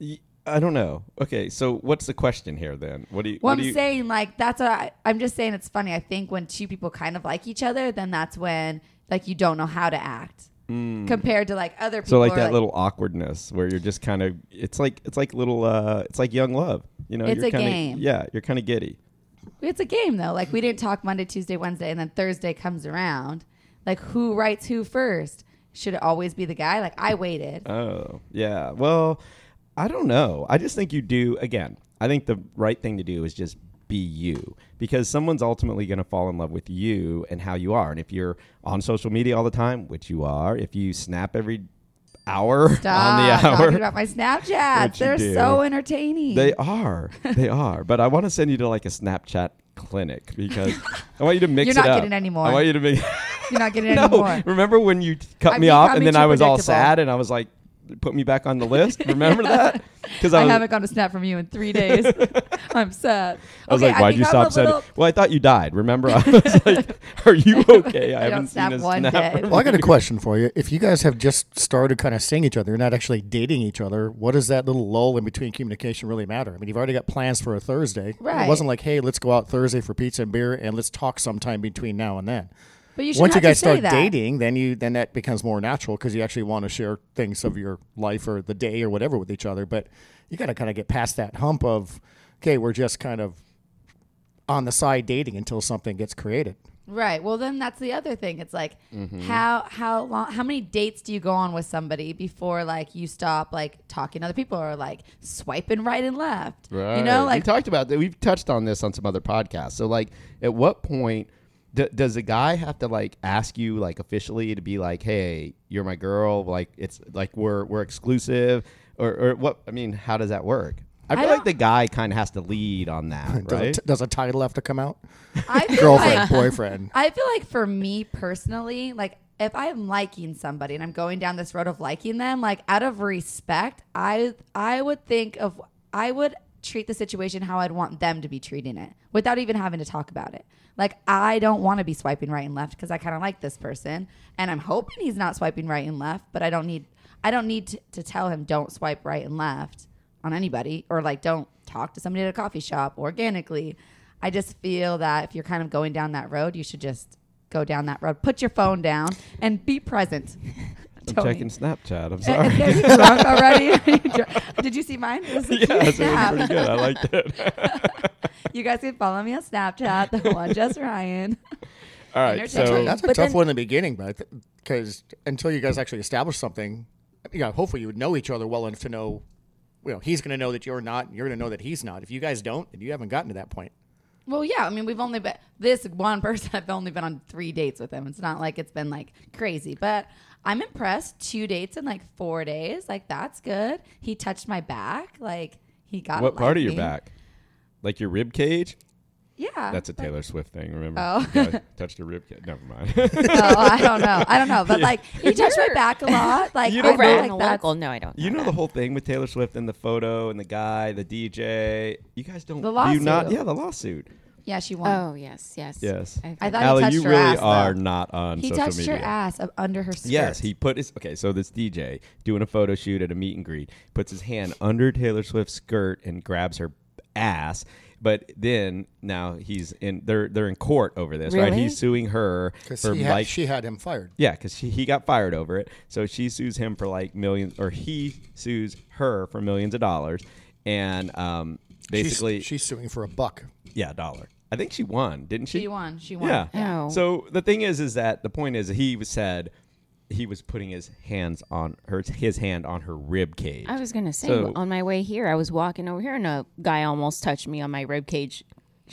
[SPEAKER 2] Y- I don't know. Okay, so what's the question here then? What do you?
[SPEAKER 1] Well,
[SPEAKER 2] what
[SPEAKER 1] I'm
[SPEAKER 2] do you,
[SPEAKER 1] saying like that's what I, I'm just saying it's funny. I think when two people kind of like each other, then that's when like you don't know how to act compared to like other people.
[SPEAKER 2] Mm. So like
[SPEAKER 1] are,
[SPEAKER 2] that little awkwardness where you're just kind of it's like it's like little uh it's like young love. You know,
[SPEAKER 1] It's
[SPEAKER 2] you're
[SPEAKER 1] a
[SPEAKER 2] kinda,
[SPEAKER 1] game.
[SPEAKER 2] Yeah, you're kind of giddy.
[SPEAKER 1] It's a game though. Like we didn't talk Monday, Tuesday, Wednesday, and then Thursday comes around. Like who writes who first? Should it always be the guy? Like I waited.
[SPEAKER 2] Oh, yeah. Well, I don't know. I just think you do again. I think the right thing to do is just be you because someone's ultimately going to fall in love with you and how you are. And if you're on social media all the time, which you are, if you snap every hour (laughs) on
[SPEAKER 1] Stop
[SPEAKER 2] the hour,
[SPEAKER 1] talking about my Snapchats.
[SPEAKER 2] What you
[SPEAKER 1] They're
[SPEAKER 2] do.
[SPEAKER 1] so entertaining.
[SPEAKER 2] They are. They are. But I want to send you to like a Snapchat clinic because I want you to mix
[SPEAKER 1] You're not
[SPEAKER 2] it up.
[SPEAKER 1] getting any more.
[SPEAKER 2] I want you to make
[SPEAKER 1] You're not getting
[SPEAKER 2] (laughs) No.
[SPEAKER 1] any more.
[SPEAKER 2] Remember when you t- cut
[SPEAKER 1] I
[SPEAKER 2] me
[SPEAKER 1] think
[SPEAKER 2] off
[SPEAKER 1] I'm
[SPEAKER 2] and then
[SPEAKER 1] too
[SPEAKER 2] I was all
[SPEAKER 1] predictable.
[SPEAKER 2] sad and I was like put me back on the list?
[SPEAKER 1] (laughs)
[SPEAKER 2] Remember that? Cuz I
[SPEAKER 1] I
[SPEAKER 2] was
[SPEAKER 1] haven't gotten a snap from you in three days.
[SPEAKER 2] (laughs)
[SPEAKER 1] I'm sad.
[SPEAKER 2] I was
[SPEAKER 1] Okay,
[SPEAKER 2] like, why'd you
[SPEAKER 1] think I'm a
[SPEAKER 2] stop sending?
[SPEAKER 1] little-
[SPEAKER 2] Well, I thought you died. Remember, (laughs) I was like, "Are you okay?"
[SPEAKER 1] (laughs)
[SPEAKER 2] I,
[SPEAKER 1] I don't
[SPEAKER 2] haven't
[SPEAKER 1] snap
[SPEAKER 2] seen a
[SPEAKER 1] one
[SPEAKER 2] snap.
[SPEAKER 1] day.
[SPEAKER 2] from
[SPEAKER 4] Well, I got a
[SPEAKER 2] you.
[SPEAKER 4] question for you. If you guys have just started kind of seeing each other, you're not actually dating each other, what does that little lull in between communication really matter? I mean, you've already got plans for a Thursday.
[SPEAKER 1] Right.
[SPEAKER 4] It wasn't like, hey, let's go out Thursday for pizza and beer and let's talk sometime between now and then.
[SPEAKER 1] But you should
[SPEAKER 4] Once
[SPEAKER 1] have
[SPEAKER 4] you
[SPEAKER 1] to
[SPEAKER 4] guys
[SPEAKER 1] say
[SPEAKER 4] start
[SPEAKER 1] that.
[SPEAKER 4] dating, then you then that becomes more natural because you actually want to share things of your life or the day or whatever with each other. But you got to kind of get past that hump of, okay, we're just kind of on the side dating until something gets created.
[SPEAKER 1] Right. Well, then that's the other thing. It's like how how long how many dates do you go on with somebody before like you stop like talking to other people or like swiping right and left? You know,
[SPEAKER 2] we
[SPEAKER 1] like
[SPEAKER 2] talked about that. We've touched on this on some other podcasts. So, like, at what point D- does the guy have to like ask you like officially to be like, hey, you're my girl? Like it's like we're we're exclusive, or, or what? I mean, how does that work? I feel like
[SPEAKER 1] don't-
[SPEAKER 2] the guy kind of has to lead on that, (laughs)
[SPEAKER 4] Does, a
[SPEAKER 2] right?
[SPEAKER 4] t- does a title have to come out?
[SPEAKER 1] I feel (laughs)
[SPEAKER 4] Girlfriend,
[SPEAKER 1] like-
[SPEAKER 4] boyfriend.
[SPEAKER 1] I feel like for me personally, like if I'm liking somebody and I'm going down this road of liking them, like out of respect, I I would think of I would treat the situation how I'd want them to be treating it without even having to talk about it. Like I don't want to be swiping right and left because I kind of like this person and I'm hoping he's not swiping right and left, but I don't need I don't need to, to tell him don't swipe right and left on anybody or like don't talk to somebody at a coffee shop organically. I just feel that if you're kind of going down that road, you should just go down that road. Put your phone down and be present. (laughs)
[SPEAKER 2] I'm
[SPEAKER 1] Tony. (laughs)
[SPEAKER 2] checking Snapchat. I'm
[SPEAKER 1] Are
[SPEAKER 2] sorry. (laughs)
[SPEAKER 1] you drunk already? (laughs) Are you drunk? Did you see mine? It was a cute
[SPEAKER 2] (laughs) yeah, that's
[SPEAKER 1] snap.
[SPEAKER 2] pretty good. I liked
[SPEAKER 1] (laughs)
[SPEAKER 2] it.
[SPEAKER 1] You guys can follow me on Snapchat, the one just Ryan. (laughs)
[SPEAKER 2] All right,
[SPEAKER 1] Entertaining.
[SPEAKER 2] so
[SPEAKER 4] That's a
[SPEAKER 1] But
[SPEAKER 4] tough
[SPEAKER 1] then-
[SPEAKER 4] one in the beginning, but because until you guys actually establish something, you know, hopefully you would know each other well enough to know, you know, he's going to know that you're not, and you're going to know that he's not. If you guys don't, then you haven't gotten to that point.
[SPEAKER 1] Well, yeah. I mean, we've only been this one (laughs) person. I've only been on three dates with him. It's not like it's been like crazy, but I'm impressed. Two dates in like four days. Like that's good. He touched my back. Like he got
[SPEAKER 2] what
[SPEAKER 1] it
[SPEAKER 2] part of your
[SPEAKER 1] lightning.
[SPEAKER 2] back? Like your rib cage?
[SPEAKER 1] Yeah,
[SPEAKER 2] That's a Taylor Swift thing. Remember?
[SPEAKER 1] Uh, Oh. (laughs)
[SPEAKER 2] Yeah, touched your rib cage. Never mind.
[SPEAKER 1] oh, I don't know. I don't know.
[SPEAKER 2] (laughs)
[SPEAKER 1] But like he touched my back a lot. Like
[SPEAKER 2] (laughs) You
[SPEAKER 1] you
[SPEAKER 2] don't
[SPEAKER 1] I
[SPEAKER 3] Over
[SPEAKER 1] feel
[SPEAKER 3] at
[SPEAKER 1] like
[SPEAKER 3] the
[SPEAKER 1] that's
[SPEAKER 3] local. No, I don't.
[SPEAKER 2] You know the whole thing with Taylor Swift and the photo and the guy, the DJ. You guys don't.
[SPEAKER 1] The
[SPEAKER 2] Do you not?
[SPEAKER 1] lawsuit.
[SPEAKER 2] Yeah, the lawsuut.
[SPEAKER 1] yeah, she won.
[SPEAKER 3] Oh yes, yes,
[SPEAKER 2] Yes.
[SPEAKER 3] I've
[SPEAKER 1] I
[SPEAKER 3] heard
[SPEAKER 1] thought
[SPEAKER 2] Allie,
[SPEAKER 1] he touched
[SPEAKER 2] you
[SPEAKER 1] her
[SPEAKER 2] really
[SPEAKER 1] ass. though.
[SPEAKER 2] are not on
[SPEAKER 1] He
[SPEAKER 2] social
[SPEAKER 1] touched
[SPEAKER 2] media.
[SPEAKER 1] her ass up under her skirt.
[SPEAKER 2] Yes, he put his okay. So this DJ doing a photo shoot at a meet and greet puts his hand under Taylor Swift's skirt and grabs her ass. But then now he's in. They're they're in court over this, right?
[SPEAKER 3] Really?
[SPEAKER 2] He's suing her
[SPEAKER 4] Because
[SPEAKER 2] for like
[SPEAKER 4] she had him fired.
[SPEAKER 2] Yeah, because he got fired over it. So she sues him for like millions, or he sues her for millions of dollars. And um, basically,
[SPEAKER 4] she's, suing for a buck.
[SPEAKER 2] yeah, a dollar. I think she won, didn't she?
[SPEAKER 1] She won. She won.
[SPEAKER 2] Yeah.
[SPEAKER 3] Oh.
[SPEAKER 2] So the thing is, is that the point is he was said he was putting his hands on her, his hand on her rib cage.
[SPEAKER 3] I was gonna say
[SPEAKER 2] So-
[SPEAKER 3] on my way here, I was walking over here, and a guy almost touched me on my rib cage.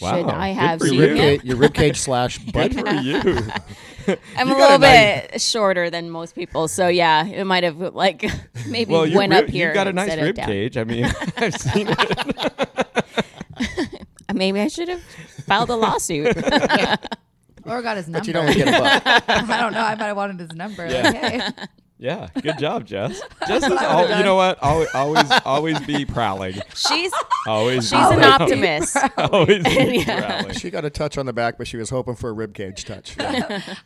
[SPEAKER 2] Wow.
[SPEAKER 3] Should I
[SPEAKER 2] Good
[SPEAKER 3] have
[SPEAKER 2] for
[SPEAKER 3] seen
[SPEAKER 2] you.
[SPEAKER 4] Rib
[SPEAKER 3] him?
[SPEAKER 4] cage, your (laughs) ribcage slash
[SPEAKER 3] (laughs)
[SPEAKER 4] butt.
[SPEAKER 2] Good for you.
[SPEAKER 3] I'm
[SPEAKER 2] You
[SPEAKER 3] a
[SPEAKER 2] got a
[SPEAKER 3] little
[SPEAKER 2] nice-
[SPEAKER 3] bit shorter than most people, so yeah, it might have like (laughs)
[SPEAKER 2] (laughs)
[SPEAKER 3] maybe
[SPEAKER 2] well, you
[SPEAKER 3] went up here.
[SPEAKER 2] You got a nice
[SPEAKER 3] instead of
[SPEAKER 2] rib
[SPEAKER 3] down.
[SPEAKER 2] cage. I mean, (laughs) I've seen
[SPEAKER 3] (laughs)
[SPEAKER 2] it.
[SPEAKER 3] Maybe I should have filed
[SPEAKER 2] (laughs)
[SPEAKER 3] a lawsuit.
[SPEAKER 1] Or got his
[SPEAKER 4] But
[SPEAKER 1] number.
[SPEAKER 4] you don't get a buck.
[SPEAKER 1] (laughs) I don't know. I might have wanted his number. Like, hey.
[SPEAKER 2] Yeah, good job,
[SPEAKER 3] (laughs)
[SPEAKER 2] Jess. Jess is all, you know what? Always, always, always be prowling.
[SPEAKER 3] she's
[SPEAKER 2] Always,
[SPEAKER 3] she's
[SPEAKER 2] be
[SPEAKER 3] an
[SPEAKER 2] prowling. (laughs)
[SPEAKER 3] optimist.
[SPEAKER 2] Always be
[SPEAKER 3] Yeah.
[SPEAKER 2] prowling.
[SPEAKER 4] she got a touch on the back, but she was hoping for a
[SPEAKER 1] (laughs)
[SPEAKER 4] ribcage touch.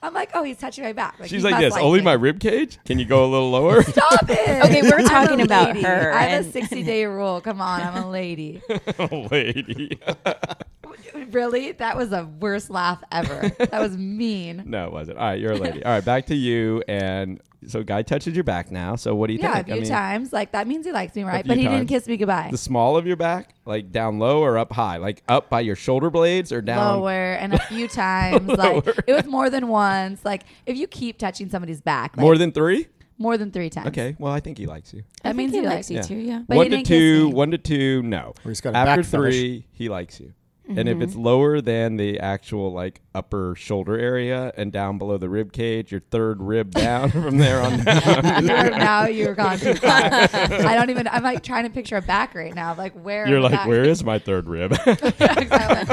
[SPEAKER 1] I'm like, oh, he's touching my back.
[SPEAKER 2] She's
[SPEAKER 1] he
[SPEAKER 2] like
[SPEAKER 1] must
[SPEAKER 2] this. Only
[SPEAKER 1] me.
[SPEAKER 2] my rib cage. Can you go a little lower? (laughs)
[SPEAKER 1] Stop it.
[SPEAKER 3] Okay, we're
[SPEAKER 1] I'm a
[SPEAKER 3] talking about
[SPEAKER 1] lady.
[SPEAKER 3] her
[SPEAKER 1] I have a
[SPEAKER 3] and-
[SPEAKER 1] 60 day rule. Come on, I'm a
[SPEAKER 3] (laughs)
[SPEAKER 1] lady.
[SPEAKER 2] oh, lady. (laughs)
[SPEAKER 1] really? That was the worst laugh ever. That was
[SPEAKER 2] (laughs)
[SPEAKER 1] mean.
[SPEAKER 2] no, it wasn't. All right, you're a lady. All right, back to you. And so, guy touches your back now. So, what do you
[SPEAKER 1] Yeah, a
[SPEAKER 2] think?
[SPEAKER 1] few times. Like that means he likes me, right?
[SPEAKER 2] few
[SPEAKER 1] But he
[SPEAKER 2] times.
[SPEAKER 1] didn't kiss me goodbye.
[SPEAKER 2] the small of your back, like down low or up high, like up by your shoulder blades or down.
[SPEAKER 1] lower and a
[SPEAKER 2] (laughs)
[SPEAKER 1] few times. like it was more than once. Like if you keep touching somebody's back, like, more,
[SPEAKER 2] More than three?
[SPEAKER 1] than three times.
[SPEAKER 2] Okay. Well, I think he likes you.
[SPEAKER 1] that means he likes you.
[SPEAKER 3] you too. Yeah.
[SPEAKER 1] But he
[SPEAKER 2] one to
[SPEAKER 1] didn't kiss
[SPEAKER 2] two,
[SPEAKER 1] me.
[SPEAKER 2] one to two, no.
[SPEAKER 4] Or he's got a
[SPEAKER 2] After
[SPEAKER 4] back fetish.
[SPEAKER 2] three, he likes you. And if it's
[SPEAKER 1] Mm-hmm.
[SPEAKER 2] lower than the actual like upper shoulder area and down below the rib cage, your
[SPEAKER 1] (laughs)
[SPEAKER 2] third rib down from there on down,
[SPEAKER 1] You are- now you're gone too
[SPEAKER 2] (laughs)
[SPEAKER 1] far. I don't even. I'm like trying to picture a back right now. Like where?
[SPEAKER 2] you're
[SPEAKER 1] in the
[SPEAKER 2] like,
[SPEAKER 1] back-
[SPEAKER 2] where is my
[SPEAKER 1] (laughs)
[SPEAKER 2] third rib?
[SPEAKER 1] Exactly.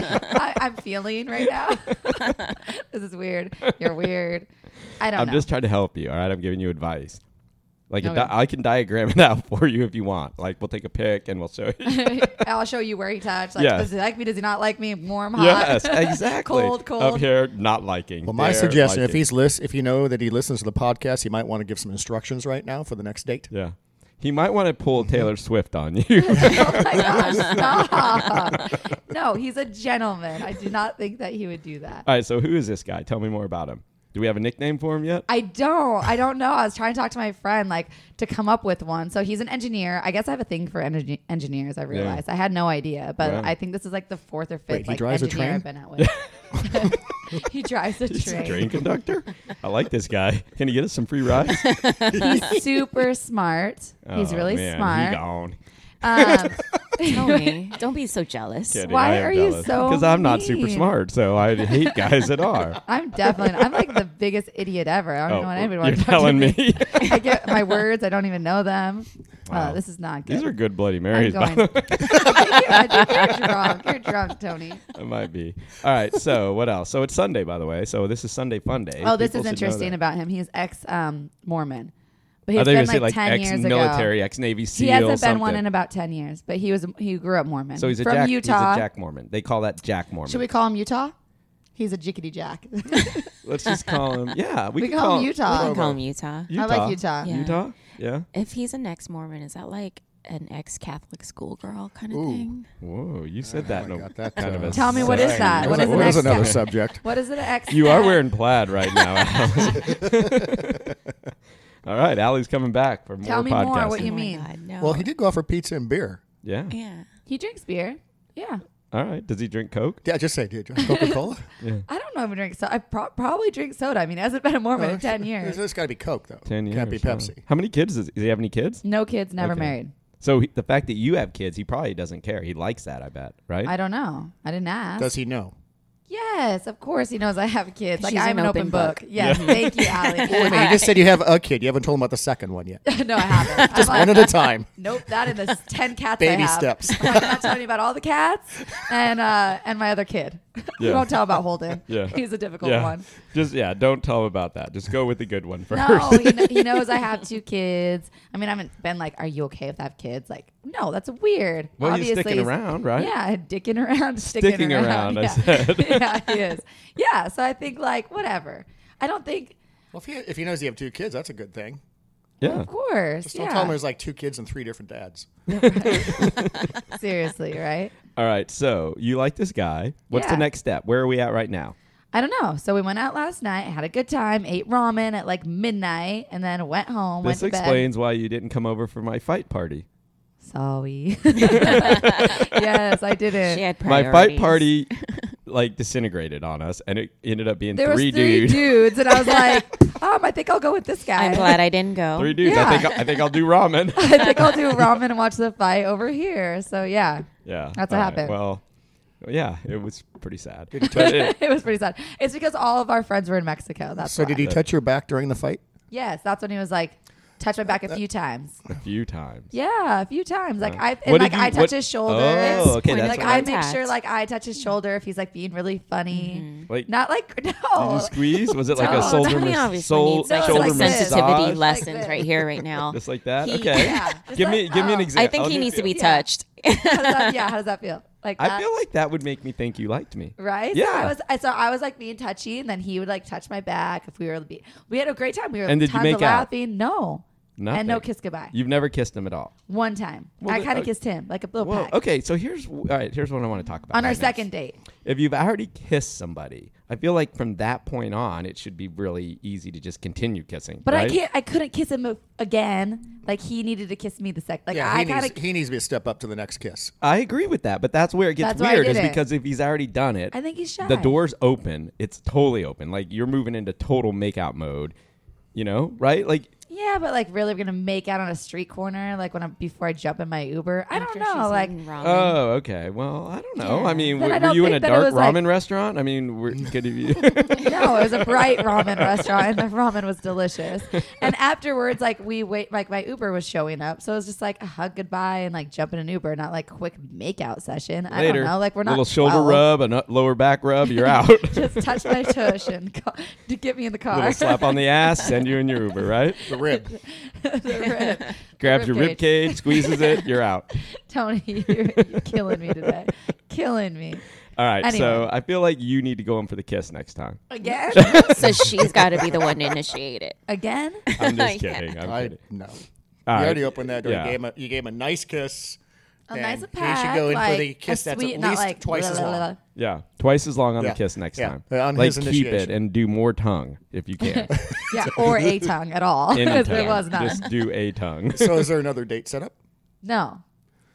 [SPEAKER 1] I, I'm feeling right now. (laughs) this is weird. You're weird. I don't
[SPEAKER 2] I'm
[SPEAKER 1] know.
[SPEAKER 2] just trying to help you. All right, I'm giving you advice. Like a
[SPEAKER 1] Okay.
[SPEAKER 2] di- I can diagram it (laughs) out for you if you want. Like we'll take a pic and we'll show
[SPEAKER 1] (laughs)
[SPEAKER 2] you.
[SPEAKER 1] (laughs)
[SPEAKER 2] (laughs)
[SPEAKER 1] I'll show you where he touched. Like,
[SPEAKER 2] Yeah.
[SPEAKER 1] does he like me? Does he not like me? Warm, hot.
[SPEAKER 2] yes, exactly.
[SPEAKER 1] Cold,
[SPEAKER 2] Up
[SPEAKER 1] cold.
[SPEAKER 2] here, not liking.
[SPEAKER 4] Well, my
[SPEAKER 2] There,
[SPEAKER 4] suggestion, if
[SPEAKER 2] liking.
[SPEAKER 4] he's list, if you know that he listens to the podcast, you might want to give some instructions right now for the next date.
[SPEAKER 2] yeah, he might want to
[SPEAKER 1] (laughs)
[SPEAKER 2] pull Taylor Swift on you. (laughs)
[SPEAKER 1] oh my gosh! (laughs) Stop. (laughs) no, he's a gentleman. I do not think that he would do that.
[SPEAKER 2] All right, so who is this guy? Tell me more about him. Do we have a nickname for him yet?
[SPEAKER 1] I don't. I don't know. I was trying to talk to my friend like to come up with one. So he's an engineer. I guess I have a thing for energy engineers. I realized I had no idea, but
[SPEAKER 2] Wow.
[SPEAKER 1] I think this is like the fourth or fifth
[SPEAKER 4] Wait, he
[SPEAKER 1] like
[SPEAKER 4] drives a
[SPEAKER 1] engineer I've been out with. (laughs) he drives a
[SPEAKER 2] He's a
[SPEAKER 1] train.
[SPEAKER 2] train conductor.
[SPEAKER 1] (laughs)
[SPEAKER 2] I like this guy. Can he get us some free rides?
[SPEAKER 1] He's super smart. He's
[SPEAKER 2] Oh,
[SPEAKER 1] really
[SPEAKER 2] man, He
[SPEAKER 1] smart.
[SPEAKER 2] gone.
[SPEAKER 1] Um, (laughs)
[SPEAKER 3] Tony, don't be so jealous.
[SPEAKER 2] Kidding,
[SPEAKER 1] Why
[SPEAKER 2] I am
[SPEAKER 1] are you
[SPEAKER 2] jealous.
[SPEAKER 1] so
[SPEAKER 2] Because I'm not super
[SPEAKER 1] mean?
[SPEAKER 2] smart, so I hate guys that are. Oh,
[SPEAKER 1] I'm definitely. Not, I'm like the biggest idiot ever. (laughs) I don't even want anybody to want
[SPEAKER 2] you're
[SPEAKER 1] to talk to
[SPEAKER 2] telling
[SPEAKER 1] me. (laughs)
[SPEAKER 2] me. (laughs)
[SPEAKER 1] I get my words. I don't even know them.
[SPEAKER 2] Wow.
[SPEAKER 1] Oh, this is not good.
[SPEAKER 2] These are good Bloody
[SPEAKER 1] I'm
[SPEAKER 2] Marys, by
[SPEAKER 1] going. (laughs)
[SPEAKER 2] the
[SPEAKER 1] I think you're drunk. You're drunk,
[SPEAKER 2] (laughs)
[SPEAKER 1] Tony.
[SPEAKER 2] way. It might be. All right, so what else? So it's Sunday, by the way. So this is Sunday Fun Day.
[SPEAKER 1] Oh, this
[SPEAKER 2] People
[SPEAKER 1] is
[SPEAKER 2] should know
[SPEAKER 1] interesting
[SPEAKER 2] that.
[SPEAKER 1] about him. He's ex um, Mormon, but
[SPEAKER 2] I
[SPEAKER 1] he's
[SPEAKER 2] thought you were
[SPEAKER 1] been
[SPEAKER 2] gonna say
[SPEAKER 1] like,
[SPEAKER 2] like
[SPEAKER 1] ten years ago.
[SPEAKER 2] ex-military, ex-Navy SEAL.
[SPEAKER 1] He hasn't been
[SPEAKER 2] something.
[SPEAKER 1] one in about ten years, but he was he grew up Mormon.
[SPEAKER 2] So he's a
[SPEAKER 1] from
[SPEAKER 2] Jack.
[SPEAKER 1] Utah.
[SPEAKER 2] He's a Jack Mormon. They call that Jack Mormon.
[SPEAKER 1] Should we call him Utah? He's a jickety Jack. (laughs)
[SPEAKER 2] Let's just call him. Yeah, we,
[SPEAKER 1] we
[SPEAKER 2] can
[SPEAKER 1] call, him
[SPEAKER 3] We
[SPEAKER 1] Utah.
[SPEAKER 3] can call him Utah.
[SPEAKER 2] Utah.
[SPEAKER 1] I like Utah.
[SPEAKER 3] Yeah.
[SPEAKER 2] Utah. Yeah.
[SPEAKER 3] If he's an ex Mormon, is that like an ex Catholic schoolgirl kind of
[SPEAKER 4] Ooh.
[SPEAKER 3] thing?
[SPEAKER 2] Whoa, you said that. in a
[SPEAKER 4] Oh God, that,
[SPEAKER 2] kind of
[SPEAKER 4] uh,
[SPEAKER 2] a
[SPEAKER 1] Tell me what is that?
[SPEAKER 2] sexy-
[SPEAKER 1] What is the
[SPEAKER 4] There's
[SPEAKER 1] next
[SPEAKER 4] another
[SPEAKER 1] step?
[SPEAKER 4] subject.
[SPEAKER 1] What is it? Ex.
[SPEAKER 2] You are wearing plaid right now. Alex. (laughs) All right, Allie's coming back for more
[SPEAKER 1] Tell me
[SPEAKER 2] podcasting.
[SPEAKER 1] more, what you-
[SPEAKER 3] Oh my
[SPEAKER 1] mean?
[SPEAKER 3] God, no.
[SPEAKER 4] Well, he did go out for pizza and beer.
[SPEAKER 2] yeah.
[SPEAKER 3] Yeah.
[SPEAKER 1] He drinks beer. Yeah.
[SPEAKER 2] All right. Does he drink Coke?
[SPEAKER 4] Yeah, just say, dude,
[SPEAKER 1] (laughs)
[SPEAKER 4] Coca Cola.
[SPEAKER 1] I don't know if I drink soda. I pro- probably drink soda. I mean, it hasn't been a Mormon in (laughs) 10 years.
[SPEAKER 4] There's got to be Coke though.
[SPEAKER 2] Ten years.
[SPEAKER 4] Can't be
[SPEAKER 2] yeah.
[SPEAKER 4] Pepsi.
[SPEAKER 2] How many kids is, does he have? Any kids?
[SPEAKER 1] No kids, never
[SPEAKER 2] Okay.
[SPEAKER 1] married.
[SPEAKER 2] So he, the fact that you have kids, he probably doesn't care. He likes that, I bet, right?
[SPEAKER 1] I don't know. I didn't ask.
[SPEAKER 4] Does
[SPEAKER 1] (laughs)
[SPEAKER 4] he know?
[SPEAKER 1] yes, of course he knows I have kids. Like,
[SPEAKER 3] She's
[SPEAKER 1] I'm an open, book. Yes, thank you, (laughs)
[SPEAKER 4] Wait a
[SPEAKER 1] Allie.
[SPEAKER 4] minute, you just said you have a kid. You haven't told him about the second
[SPEAKER 1] (laughs)
[SPEAKER 4] one yet.
[SPEAKER 1] no, I haven't. Just
[SPEAKER 4] One at a time.
[SPEAKER 1] Nope, that and the 10 cats I
[SPEAKER 4] Baby
[SPEAKER 1] have.
[SPEAKER 4] steps.
[SPEAKER 1] (laughs) I'm not telling you about all the cats and uh, and my other kid. (laughs) we
[SPEAKER 2] Yeah.
[SPEAKER 1] won't tell about Holden.
[SPEAKER 2] Yeah.
[SPEAKER 1] He's a difficult
[SPEAKER 2] yeah.
[SPEAKER 1] one.
[SPEAKER 2] Just yeah. Don't tell him about that. Just go with the good one first.
[SPEAKER 1] No, he, kn- he knows I have two kids. I mean, I haven't been like, "Are you okay if I have kids?" Like, no, that's weird.
[SPEAKER 2] (laughs) well,
[SPEAKER 1] Obviously,
[SPEAKER 2] he's sticking around, right?
[SPEAKER 1] Yeah, dicking around, (laughs) sticking,
[SPEAKER 2] Sticking around, I
[SPEAKER 1] yeah.
[SPEAKER 2] said.
[SPEAKER 1] (laughs) yeah, he is. Yeah, so I think like whatever. I don't think,
[SPEAKER 4] Well, if he, if he knows you have two kids, that's a good thing.
[SPEAKER 2] Yeah.
[SPEAKER 1] of course.
[SPEAKER 4] Just don't
[SPEAKER 1] yeah,
[SPEAKER 4] tell him there's (laughs) like two kids and three different dads.
[SPEAKER 1] seriously, right?
[SPEAKER 2] All right. So you like this guy. What's the
[SPEAKER 1] Yeah.
[SPEAKER 2] next step? Where are we at right now?
[SPEAKER 1] I don't know. So we went out last night, had a good time, ate ramen at like midnight, and then went home. went
[SPEAKER 2] This
[SPEAKER 1] to bed.
[SPEAKER 2] explains why you didn't come over for my fight party. (laughs)
[SPEAKER 1] Sorry. (laughs) yes, I didn't.
[SPEAKER 3] She had
[SPEAKER 2] My
[SPEAKER 1] (laughs)
[SPEAKER 2] fight
[SPEAKER 3] priorities.
[SPEAKER 2] party like disintegrated on us, and it ended up being
[SPEAKER 1] There
[SPEAKER 2] three,
[SPEAKER 1] was three
[SPEAKER 2] dudes.
[SPEAKER 1] dudes, and I was like, um, I think I'll go with this guy.
[SPEAKER 3] I'm glad I didn't
[SPEAKER 2] (laughs)
[SPEAKER 3] go.
[SPEAKER 2] Three dudes. I
[SPEAKER 1] Yeah.
[SPEAKER 2] think I think I'll do ramen.
[SPEAKER 1] (laughs) I think I'll do ramen and watch the fight over here. So yeah,
[SPEAKER 2] yeah.
[SPEAKER 1] That's what
[SPEAKER 2] all right,
[SPEAKER 1] happened.
[SPEAKER 2] Well, yeah, it was pretty sad. But it-
[SPEAKER 1] (laughs) it was pretty sad. It's because all of our friends were in Mexico. That's
[SPEAKER 4] So
[SPEAKER 1] why.
[SPEAKER 4] did he touch your back during the fight?
[SPEAKER 1] Yes, that's when he was like, touch my back a few
[SPEAKER 4] (laughs)
[SPEAKER 1] times.
[SPEAKER 2] (laughs) a few times.
[SPEAKER 1] Yeah, a few times. Like I and
[SPEAKER 2] What did
[SPEAKER 1] like
[SPEAKER 2] you-
[SPEAKER 1] I touch
[SPEAKER 2] what-
[SPEAKER 1] his shoulder.
[SPEAKER 2] Oh, okay,
[SPEAKER 3] Point
[SPEAKER 2] that's
[SPEAKER 1] like
[SPEAKER 2] what
[SPEAKER 1] I
[SPEAKER 3] I'm-
[SPEAKER 1] make sure
[SPEAKER 3] Contact.
[SPEAKER 1] like I touch his shoulder if he's like being really funny.
[SPEAKER 2] Like,
[SPEAKER 1] Not like
[SPEAKER 2] Mm-hmm.
[SPEAKER 1] (laughs)
[SPEAKER 2] did
[SPEAKER 1] no.
[SPEAKER 2] you squeeze? Was it like
[SPEAKER 1] No,
[SPEAKER 2] a shoulder
[SPEAKER 3] Oh, Tony
[SPEAKER 2] mas-
[SPEAKER 3] obviously
[SPEAKER 2] soul,
[SPEAKER 3] needs like,
[SPEAKER 1] shoulder
[SPEAKER 3] some sensitivity
[SPEAKER 2] massage?
[SPEAKER 3] lessons
[SPEAKER 1] Like
[SPEAKER 3] right here, right now.
[SPEAKER 2] Just like that.
[SPEAKER 3] He-
[SPEAKER 2] okay.
[SPEAKER 1] Yeah, just
[SPEAKER 2] give me
[SPEAKER 1] like,
[SPEAKER 2] give me an
[SPEAKER 1] oh.
[SPEAKER 2] example.
[SPEAKER 3] I think he needs to be
[SPEAKER 1] Yeah.
[SPEAKER 3] touched. (laughs)
[SPEAKER 1] How does that- yeah, how does that feel? Like uh,
[SPEAKER 2] I
[SPEAKER 1] that?
[SPEAKER 2] feel like that would make me think you liked me.
[SPEAKER 1] Right?
[SPEAKER 2] Yeah.
[SPEAKER 1] So I was I so I was like being touchy and then he would like touch my back if we were be we had a great time. We were
[SPEAKER 2] And did you
[SPEAKER 1] tons
[SPEAKER 2] make
[SPEAKER 1] of
[SPEAKER 2] out?
[SPEAKER 1] laughing. No.
[SPEAKER 2] Nothing.
[SPEAKER 1] And no kiss goodbye.
[SPEAKER 2] You've never kissed him at all.
[SPEAKER 1] One time.
[SPEAKER 2] Well,
[SPEAKER 1] I
[SPEAKER 2] the-
[SPEAKER 1] kinda
[SPEAKER 2] uh,
[SPEAKER 1] kissed him, like a little
[SPEAKER 2] Well,
[SPEAKER 1] peck.
[SPEAKER 2] okay, so here's all right. Here's what I want to talk about
[SPEAKER 1] On our
[SPEAKER 2] right now.
[SPEAKER 1] second date.
[SPEAKER 2] If you've already kissed somebody, I feel like from that point on, it should be really easy to just continue kissing.
[SPEAKER 1] But
[SPEAKER 2] right?
[SPEAKER 1] I can't I couldn't kiss him a- again. Like he needed to kiss me the second like
[SPEAKER 4] Yeah,
[SPEAKER 1] I
[SPEAKER 4] he,
[SPEAKER 1] gotta
[SPEAKER 4] needs, he needs to be a step up to the next kiss.
[SPEAKER 2] I agree with that, but that's where it gets
[SPEAKER 1] That's why I
[SPEAKER 2] weird is
[SPEAKER 1] did it.
[SPEAKER 2] because if he's already done it,
[SPEAKER 1] I think he's shy.
[SPEAKER 2] The door's open. It's totally open. Like you're moving into total makeout mode. You know, right? Like
[SPEAKER 1] Yeah, but like really we're gonna make out on a street corner, like when I'm before I jump in my Uber. I don't
[SPEAKER 3] After
[SPEAKER 1] know.
[SPEAKER 3] she's
[SPEAKER 1] Like
[SPEAKER 3] eaten ramen.
[SPEAKER 2] oh, okay. Well, I don't know. I mean,
[SPEAKER 1] But I
[SPEAKER 2] were, were
[SPEAKER 1] don't
[SPEAKER 2] you in
[SPEAKER 1] think
[SPEAKER 2] a
[SPEAKER 1] that it
[SPEAKER 2] dark
[SPEAKER 1] was, like-
[SPEAKER 2] ramen restaurant? I mean, were, could
[SPEAKER 1] (laughs)
[SPEAKER 2] you? (laughs)
[SPEAKER 1] No, it was a bright ramen restaurant, and the ramen was delicious. And afterwards, like we wait, like my Uber was showing up, so it was just like a hug goodbye and like jump in an Uber, not like quick makeout session. I
[SPEAKER 2] Later,
[SPEAKER 1] don't know, like we're not
[SPEAKER 2] little shoulder
[SPEAKER 1] 12.
[SPEAKER 2] rub, a nu- lower back rub. You're out.
[SPEAKER 1] (laughs) Just touch my tush and co- to get me in the car.
[SPEAKER 2] (laughs) little
[SPEAKER 1] (laughs)
[SPEAKER 2] slap on the ass, send you in your Uber, right?
[SPEAKER 4] The rib.
[SPEAKER 1] The rib.
[SPEAKER 2] Grabs
[SPEAKER 1] Rib
[SPEAKER 2] your rib
[SPEAKER 1] cage.
[SPEAKER 2] cage, squeezes it,
[SPEAKER 1] (laughs)
[SPEAKER 2] you're out.
[SPEAKER 1] Tony, you're, you're killing me today, killing me
[SPEAKER 2] All right, so
[SPEAKER 1] Anyway.
[SPEAKER 2] I feel like you need to go in for the kiss
[SPEAKER 1] (laughs)
[SPEAKER 2] next time.
[SPEAKER 4] (laughs)
[SPEAKER 1] again,
[SPEAKER 3] so she's got to be the one to
[SPEAKER 1] (laughs)
[SPEAKER 3] initiate it.
[SPEAKER 1] again.
[SPEAKER 2] I'm just
[SPEAKER 3] Yeah.
[SPEAKER 2] kidding. I'm
[SPEAKER 4] I
[SPEAKER 2] kidding.
[SPEAKER 4] no.
[SPEAKER 2] All
[SPEAKER 4] you
[SPEAKER 2] right.
[SPEAKER 4] already opened that door.
[SPEAKER 2] Yeah.
[SPEAKER 4] You, gave him a, you gave him a nice kiss.
[SPEAKER 1] A
[SPEAKER 4] and
[SPEAKER 1] nice
[SPEAKER 4] he should
[SPEAKER 1] pack,
[SPEAKER 4] go in
[SPEAKER 1] like,
[SPEAKER 4] for the
[SPEAKER 1] a
[SPEAKER 4] kiss that's
[SPEAKER 1] sweet,
[SPEAKER 4] at
[SPEAKER 1] not
[SPEAKER 4] least
[SPEAKER 1] like
[SPEAKER 4] twice as
[SPEAKER 1] la, la, la,
[SPEAKER 4] long. (laughs)
[SPEAKER 1] la.
[SPEAKER 2] Yeah, twice as long on
[SPEAKER 4] Yeah.
[SPEAKER 2] the kiss next
[SPEAKER 4] Yeah.
[SPEAKER 2] time.
[SPEAKER 4] Uh, on
[SPEAKER 2] like
[SPEAKER 4] his
[SPEAKER 2] keep it
[SPEAKER 4] initiation.
[SPEAKER 2] and do more tongue if
[SPEAKER 1] (laughs)
[SPEAKER 2] you can.
[SPEAKER 1] Yeah, or a tongue at all, (laughs)
[SPEAKER 2] Any
[SPEAKER 1] because there
[SPEAKER 2] tongue.
[SPEAKER 1] was none.
[SPEAKER 2] Just do
[SPEAKER 1] (laughs)
[SPEAKER 2] a tongue.
[SPEAKER 4] So is there another date set up?
[SPEAKER 1] No.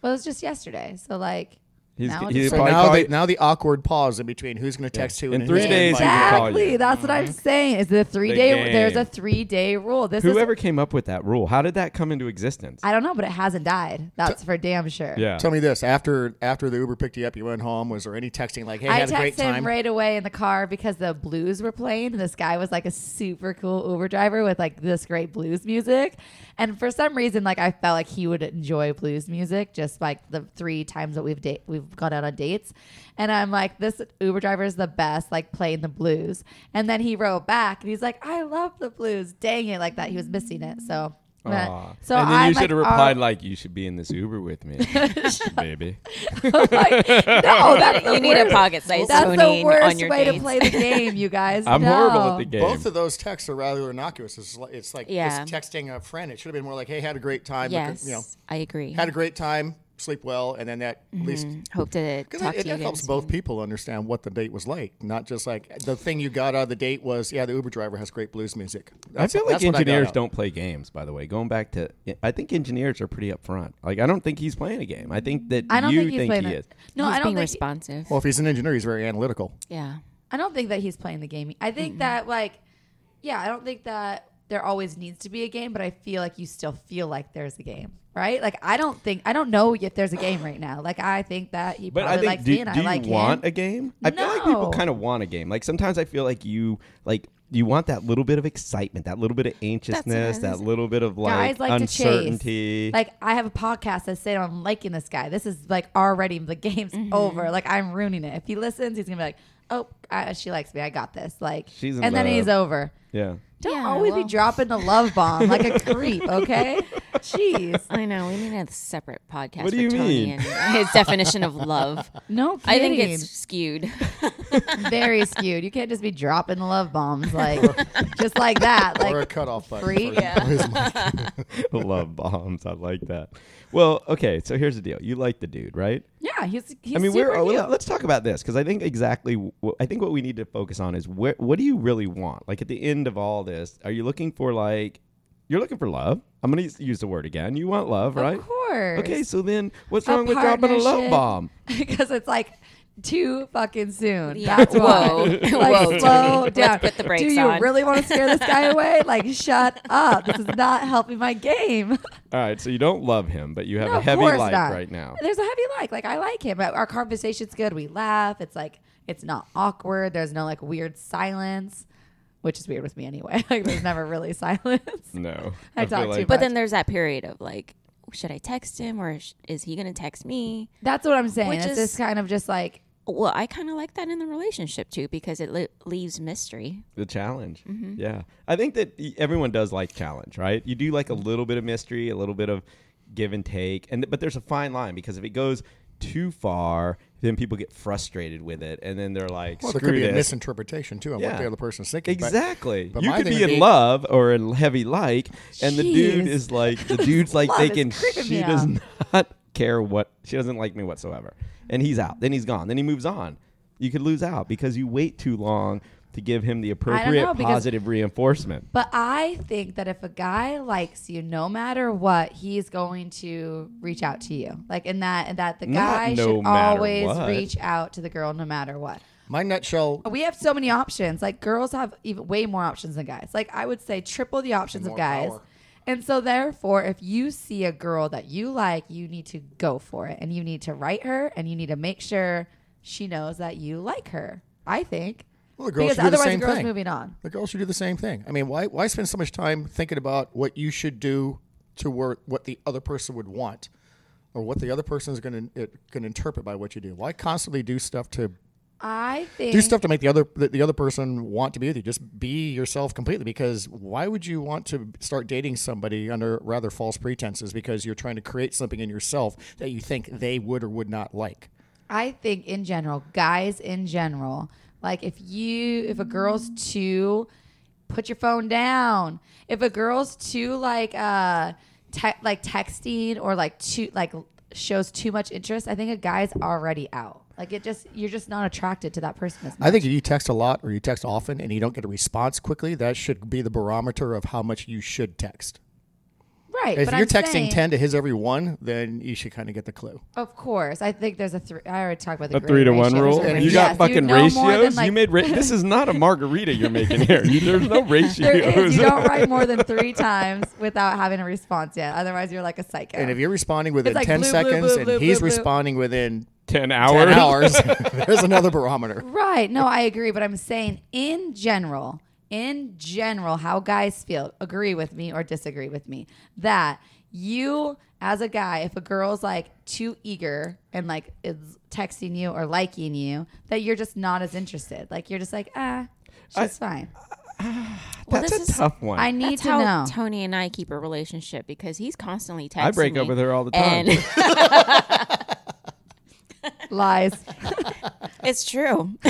[SPEAKER 1] Well, it was just yesterday. So like
[SPEAKER 2] He's,
[SPEAKER 1] Now
[SPEAKER 2] he
[SPEAKER 1] it's-
[SPEAKER 2] (laughs)
[SPEAKER 4] So
[SPEAKER 2] probably
[SPEAKER 4] now,
[SPEAKER 2] call
[SPEAKER 4] the,
[SPEAKER 2] you-
[SPEAKER 4] now the awkward pause in between who's going to text who
[SPEAKER 2] In
[SPEAKER 4] and
[SPEAKER 2] three
[SPEAKER 4] who's gonna
[SPEAKER 2] days,
[SPEAKER 4] invite
[SPEAKER 2] you can
[SPEAKER 4] you.
[SPEAKER 2] call
[SPEAKER 1] Exactly. That's what I'm saying. Is the three
[SPEAKER 2] The
[SPEAKER 1] day?
[SPEAKER 2] game.
[SPEAKER 1] There's a three day rule. This
[SPEAKER 2] whoever
[SPEAKER 1] is.
[SPEAKER 2] came up with that rule, how did that come into existence?
[SPEAKER 1] I don't know, but it hasn't died. That's for damn sure.
[SPEAKER 2] yeah.
[SPEAKER 4] Tell me this: after after the Uber picked you up, you went home. Was there any texting like, "Hey,
[SPEAKER 1] I
[SPEAKER 4] had a great
[SPEAKER 1] texted
[SPEAKER 4] time"?
[SPEAKER 1] him right away in the car because the blues were playing. And this guy was like a super cool Uber driver with like this great blues music. And for some reason, like I felt like he would enjoy blues music, just like the three times that we've date we've gone out on dates. And I'm like, this Uber driver is the best, like playing the blues. And then he wrote back and he's like, I love the blues. Dang it, like that he was missing it. So.
[SPEAKER 2] Aw.
[SPEAKER 1] So
[SPEAKER 2] and then
[SPEAKER 1] I'm
[SPEAKER 2] you should
[SPEAKER 1] like,
[SPEAKER 2] have replied
[SPEAKER 1] oh,
[SPEAKER 2] like, "You should be in this Uber
[SPEAKER 1] (laughs)
[SPEAKER 2] with me, baby."
[SPEAKER 1] "Oh, like, no, Oh,
[SPEAKER 3] (laughs)
[SPEAKER 1] that's the
[SPEAKER 3] you need a
[SPEAKER 1] worst-
[SPEAKER 3] pocket size
[SPEAKER 1] That's the
[SPEAKER 3] Sony
[SPEAKER 1] worst
[SPEAKER 3] on your
[SPEAKER 1] way to
[SPEAKER 3] dates.
[SPEAKER 1] play the game,
[SPEAKER 3] (laughs)
[SPEAKER 1] you guys.
[SPEAKER 2] I'm
[SPEAKER 1] No.
[SPEAKER 2] horrible at the game.
[SPEAKER 4] Both of those texts are rather innocuous. It's like, it's like
[SPEAKER 3] Yeah.
[SPEAKER 4] just texting a friend. It should have been more like, "Hey, had a great time." Look at-
[SPEAKER 3] Yes,
[SPEAKER 4] you know,
[SPEAKER 3] I agree.
[SPEAKER 4] had a great time, sleep well, and then that at least
[SPEAKER 3] Hope to Mm-hmm. talk
[SPEAKER 4] because it,
[SPEAKER 3] to you
[SPEAKER 4] it
[SPEAKER 3] again
[SPEAKER 4] helps
[SPEAKER 3] soon.
[SPEAKER 4] both people understand what the date was like, not just like the thing you got out of the date was, "Yeah, the Uber driver has great blues music."
[SPEAKER 2] I
[SPEAKER 4] That's-
[SPEAKER 2] feel like
[SPEAKER 4] that's what I got
[SPEAKER 2] engineers
[SPEAKER 4] out.
[SPEAKER 2] don't play games. By the way, going back to, I think engineers are pretty upfront. Like, I don't think he's playing a game. I think that
[SPEAKER 1] I don't
[SPEAKER 2] you
[SPEAKER 1] think he's playing
[SPEAKER 2] he
[SPEAKER 1] it.
[SPEAKER 2] is.
[SPEAKER 1] No,
[SPEAKER 3] He's
[SPEAKER 1] I don't
[SPEAKER 3] being
[SPEAKER 1] think.
[SPEAKER 3] responsive.
[SPEAKER 4] Well, if he's an engineer, he's very analytical.
[SPEAKER 3] yeah.
[SPEAKER 1] I don't think that he's playing the game. I think that like, yeah, I don't think that there always needs to be a game, but I feel like you still feel like there's a game, right? Like I don't think I don't know if there's a game right now. Like I think that he
[SPEAKER 2] But
[SPEAKER 1] probably
[SPEAKER 2] I think
[SPEAKER 1] likes
[SPEAKER 2] do,
[SPEAKER 1] me and
[SPEAKER 2] do
[SPEAKER 1] I like
[SPEAKER 2] you want
[SPEAKER 1] him.
[SPEAKER 2] a game? I feel like people
[SPEAKER 1] No.
[SPEAKER 2] kind of want a game. Like sometimes I feel like you like you want that little bit of excitement, that little bit of anxiousness, that little bit of like,
[SPEAKER 1] Guys like to
[SPEAKER 2] uncertainty.
[SPEAKER 1] chase. Like I have a podcast that said I'm liking this guy. This is like already the game's over. Like I'm ruining it. If he listens, he's gonna be like, oh, I, she likes me. I got this. Like
[SPEAKER 2] She's in
[SPEAKER 1] and then
[SPEAKER 2] love.
[SPEAKER 1] he's over.
[SPEAKER 2] yeah. (laughs)
[SPEAKER 1] Don't
[SPEAKER 3] Yeah,
[SPEAKER 1] always
[SPEAKER 3] well.
[SPEAKER 1] be dropping the love bomb like a (laughs) creep, okay? Jeez.
[SPEAKER 3] I know. We need a separate podcast.
[SPEAKER 2] What do
[SPEAKER 3] for
[SPEAKER 2] you
[SPEAKER 3] Tony
[SPEAKER 2] mean?
[SPEAKER 3] And his definition
[SPEAKER 2] (laughs)
[SPEAKER 3] of love.
[SPEAKER 1] No
[SPEAKER 3] I
[SPEAKER 1] kidding.
[SPEAKER 3] think it's skewed. (laughs)
[SPEAKER 1] very skewed. You can't just be dropping the love bombs (laughs) like just like that. Like
[SPEAKER 4] or a cutoff button.
[SPEAKER 1] free-
[SPEAKER 4] for-
[SPEAKER 3] Yeah.
[SPEAKER 4] his mic.
[SPEAKER 2] Love bombs. I like that. Well, okay. So here's the deal. You like the dude, right?
[SPEAKER 1] yeah, he's he's
[SPEAKER 2] I mean,
[SPEAKER 1] super
[SPEAKER 2] we're oh,
[SPEAKER 1] cute.
[SPEAKER 2] let- let's talk about this because I think exactly. wh- I think what we need to focus on is where, what do you really want? Like at the end of all this, are you looking for like you're looking for love? I'm gonna use the word again. You want love, right?
[SPEAKER 1] Of course.
[SPEAKER 2] Okay, so then what's
[SPEAKER 1] A
[SPEAKER 2] wrong with dropping a love
[SPEAKER 1] partnership.
[SPEAKER 2] bomb?
[SPEAKER 1] (laughs) because it's like too fucking soon.
[SPEAKER 3] Yeah.
[SPEAKER 1] That's why.
[SPEAKER 3] (laughs) Whoa.
[SPEAKER 1] Like,
[SPEAKER 3] Whoa, Tony.
[SPEAKER 1] slow
[SPEAKER 3] (laughs) Let's
[SPEAKER 1] down.
[SPEAKER 3] put the
[SPEAKER 1] Do
[SPEAKER 3] brakes
[SPEAKER 1] you
[SPEAKER 3] on.
[SPEAKER 1] really want to scare this
[SPEAKER 3] (laughs)
[SPEAKER 1] guy away? Like, shut up. This is not helping my game. (laughs)
[SPEAKER 2] All right, so you don't love him, but you have
[SPEAKER 1] No,
[SPEAKER 2] a
[SPEAKER 1] of
[SPEAKER 2] heavy
[SPEAKER 1] course
[SPEAKER 2] like
[SPEAKER 1] not. (laughs)
[SPEAKER 2] right now.
[SPEAKER 1] There's a heavy like. Like I like him. Our conversation's good. We laugh. It's like it's not awkward. There's no like weird silence, which is weird with me anyway. (laughs) Like there's never really silence.
[SPEAKER 2] No,
[SPEAKER 1] I talk
[SPEAKER 2] feel
[SPEAKER 1] too
[SPEAKER 2] like-
[SPEAKER 1] much.
[SPEAKER 3] But then there's that period of like, should I text him or sh- is he going to text me?
[SPEAKER 1] That's what I'm saying.
[SPEAKER 3] Which
[SPEAKER 1] it's
[SPEAKER 3] is-
[SPEAKER 1] just kind of just like
[SPEAKER 3] Well, I kind of like that in the relationship too because it li- leaves mystery.
[SPEAKER 2] the challenge. Yeah, I think that y- everyone does like challenge, right? You do like a little bit of mystery, a little bit of give and take, and but there's a fine line because if it goes too far, then people get frustrated with it, and then they're like,
[SPEAKER 4] Well, there
[SPEAKER 2] "Screw
[SPEAKER 4] could be
[SPEAKER 2] this."
[SPEAKER 4] a misinterpretation too on
[SPEAKER 2] Yeah.
[SPEAKER 4] what the other person's thinking. but-
[SPEAKER 2] Exactly.
[SPEAKER 4] but
[SPEAKER 2] you
[SPEAKER 4] my
[SPEAKER 2] could
[SPEAKER 4] thing
[SPEAKER 2] be
[SPEAKER 4] would
[SPEAKER 2] in
[SPEAKER 4] be-
[SPEAKER 2] love or in heavy like, and the dude
[SPEAKER 1] Jeez.
[SPEAKER 2] is like, the dude's
[SPEAKER 1] (laughs)
[SPEAKER 2] like
[SPEAKER 1] Love is
[SPEAKER 2] thinking
[SPEAKER 1] creeping
[SPEAKER 2] she
[SPEAKER 1] me
[SPEAKER 2] does not (laughs) care what she doesn't like me whatsoever, and he's out. Then he's gone. Then he moves on. You could lose out because you wait too long to give him the appropriate
[SPEAKER 1] know, because-
[SPEAKER 2] positive reinforcement.
[SPEAKER 1] But I think that if a guy likes you, no matter what, he's going to reach out to you. Like in that, and that the
[SPEAKER 2] Not
[SPEAKER 1] guy
[SPEAKER 2] no
[SPEAKER 1] should
[SPEAKER 2] matter
[SPEAKER 1] always
[SPEAKER 2] what.
[SPEAKER 1] reach out to the girl, no matter what.
[SPEAKER 4] My nutshell
[SPEAKER 1] We have so many options. Like girls have even way more options than guys. Like I would say triple the options of
[SPEAKER 4] more
[SPEAKER 1] guys.
[SPEAKER 4] power.
[SPEAKER 1] And so therefore, if you see a girl that you like, you need to go for it, and you need to write her, and you need to make sure she knows that you like her. I think.
[SPEAKER 4] Well, the girl
[SPEAKER 1] because
[SPEAKER 4] should do the
[SPEAKER 1] otherwise,
[SPEAKER 4] same
[SPEAKER 1] the girl's
[SPEAKER 4] thing.
[SPEAKER 1] moving on.
[SPEAKER 4] The girls should do the same thing. I mean, why why spend so much time thinking about what you should do to work what the other person would want, or what the other person is going to going to interpret by what you do? Why constantly do stuff to
[SPEAKER 1] I think
[SPEAKER 4] do stuff to make the other the, the other person want to be with you? Just be yourself completely. Because why would you want to start dating somebody under rather false pretenses? Because you're trying to create something in yourself that you think they would or would not like.
[SPEAKER 1] I think in general, guys in general, like if you if a girl's
[SPEAKER 4] Mm.
[SPEAKER 1] too put your phone down. If a girl's too like uh te- like texting or like too like shows too much interest, I think a guy's already out. Like it just you're just not attracted to that person as much.
[SPEAKER 4] I think if you text a lot or you text often and you don't get a response quickly, that should be the barometer of how much you should text.
[SPEAKER 1] right. Right.
[SPEAKER 4] If
[SPEAKER 1] but
[SPEAKER 4] you're
[SPEAKER 1] I'm
[SPEAKER 4] texting
[SPEAKER 1] saying-
[SPEAKER 4] 10 to his every one, then you should kind of get the clue.
[SPEAKER 1] Of course, I think there's a three. I already talked about the
[SPEAKER 2] A three to one rule.
[SPEAKER 4] And
[SPEAKER 2] You
[SPEAKER 4] if
[SPEAKER 1] you
[SPEAKER 4] you-
[SPEAKER 2] got fucking
[SPEAKER 1] know
[SPEAKER 2] ratios.
[SPEAKER 1] more than, like- (laughs)
[SPEAKER 2] you made ra- this is not a margarita you're making here. You- there's no ratios.
[SPEAKER 1] There is. You don't write more than three times without having a response yet. Otherwise, you're like a psycho.
[SPEAKER 4] And if you're responding within
[SPEAKER 1] like
[SPEAKER 4] 10
[SPEAKER 1] blue, blue,
[SPEAKER 4] seconds
[SPEAKER 1] blue,
[SPEAKER 4] and
[SPEAKER 1] blue,
[SPEAKER 4] he's
[SPEAKER 1] blue, blue.
[SPEAKER 4] responding within
[SPEAKER 2] (laughs) Ten
[SPEAKER 4] 10
[SPEAKER 2] hours.
[SPEAKER 4] (laughs) hours, there's another barometer.
[SPEAKER 1] Right. No, I agree. But I'm saying in general, in general, how guys feel, agree with me or disagree with me, that you, as a guy, if a girl's like too eager and like is texting you or liking you, that you're just not as interested. Like you're just like, ah, she's
[SPEAKER 2] I-
[SPEAKER 1] fine.
[SPEAKER 3] Well,
[SPEAKER 2] (laughs) That's a
[SPEAKER 3] this is-
[SPEAKER 2] tough one.
[SPEAKER 1] I need
[SPEAKER 3] That's
[SPEAKER 1] to
[SPEAKER 3] how
[SPEAKER 1] know.
[SPEAKER 3] Tony and I keep a relationship because he's constantly texting.
[SPEAKER 2] I break
[SPEAKER 3] me.
[SPEAKER 2] up with her all the time.
[SPEAKER 3] And (laughs)
[SPEAKER 1] Lies.
[SPEAKER 3] (laughs) it's
[SPEAKER 2] (laughs)
[SPEAKER 3] true. (laughs)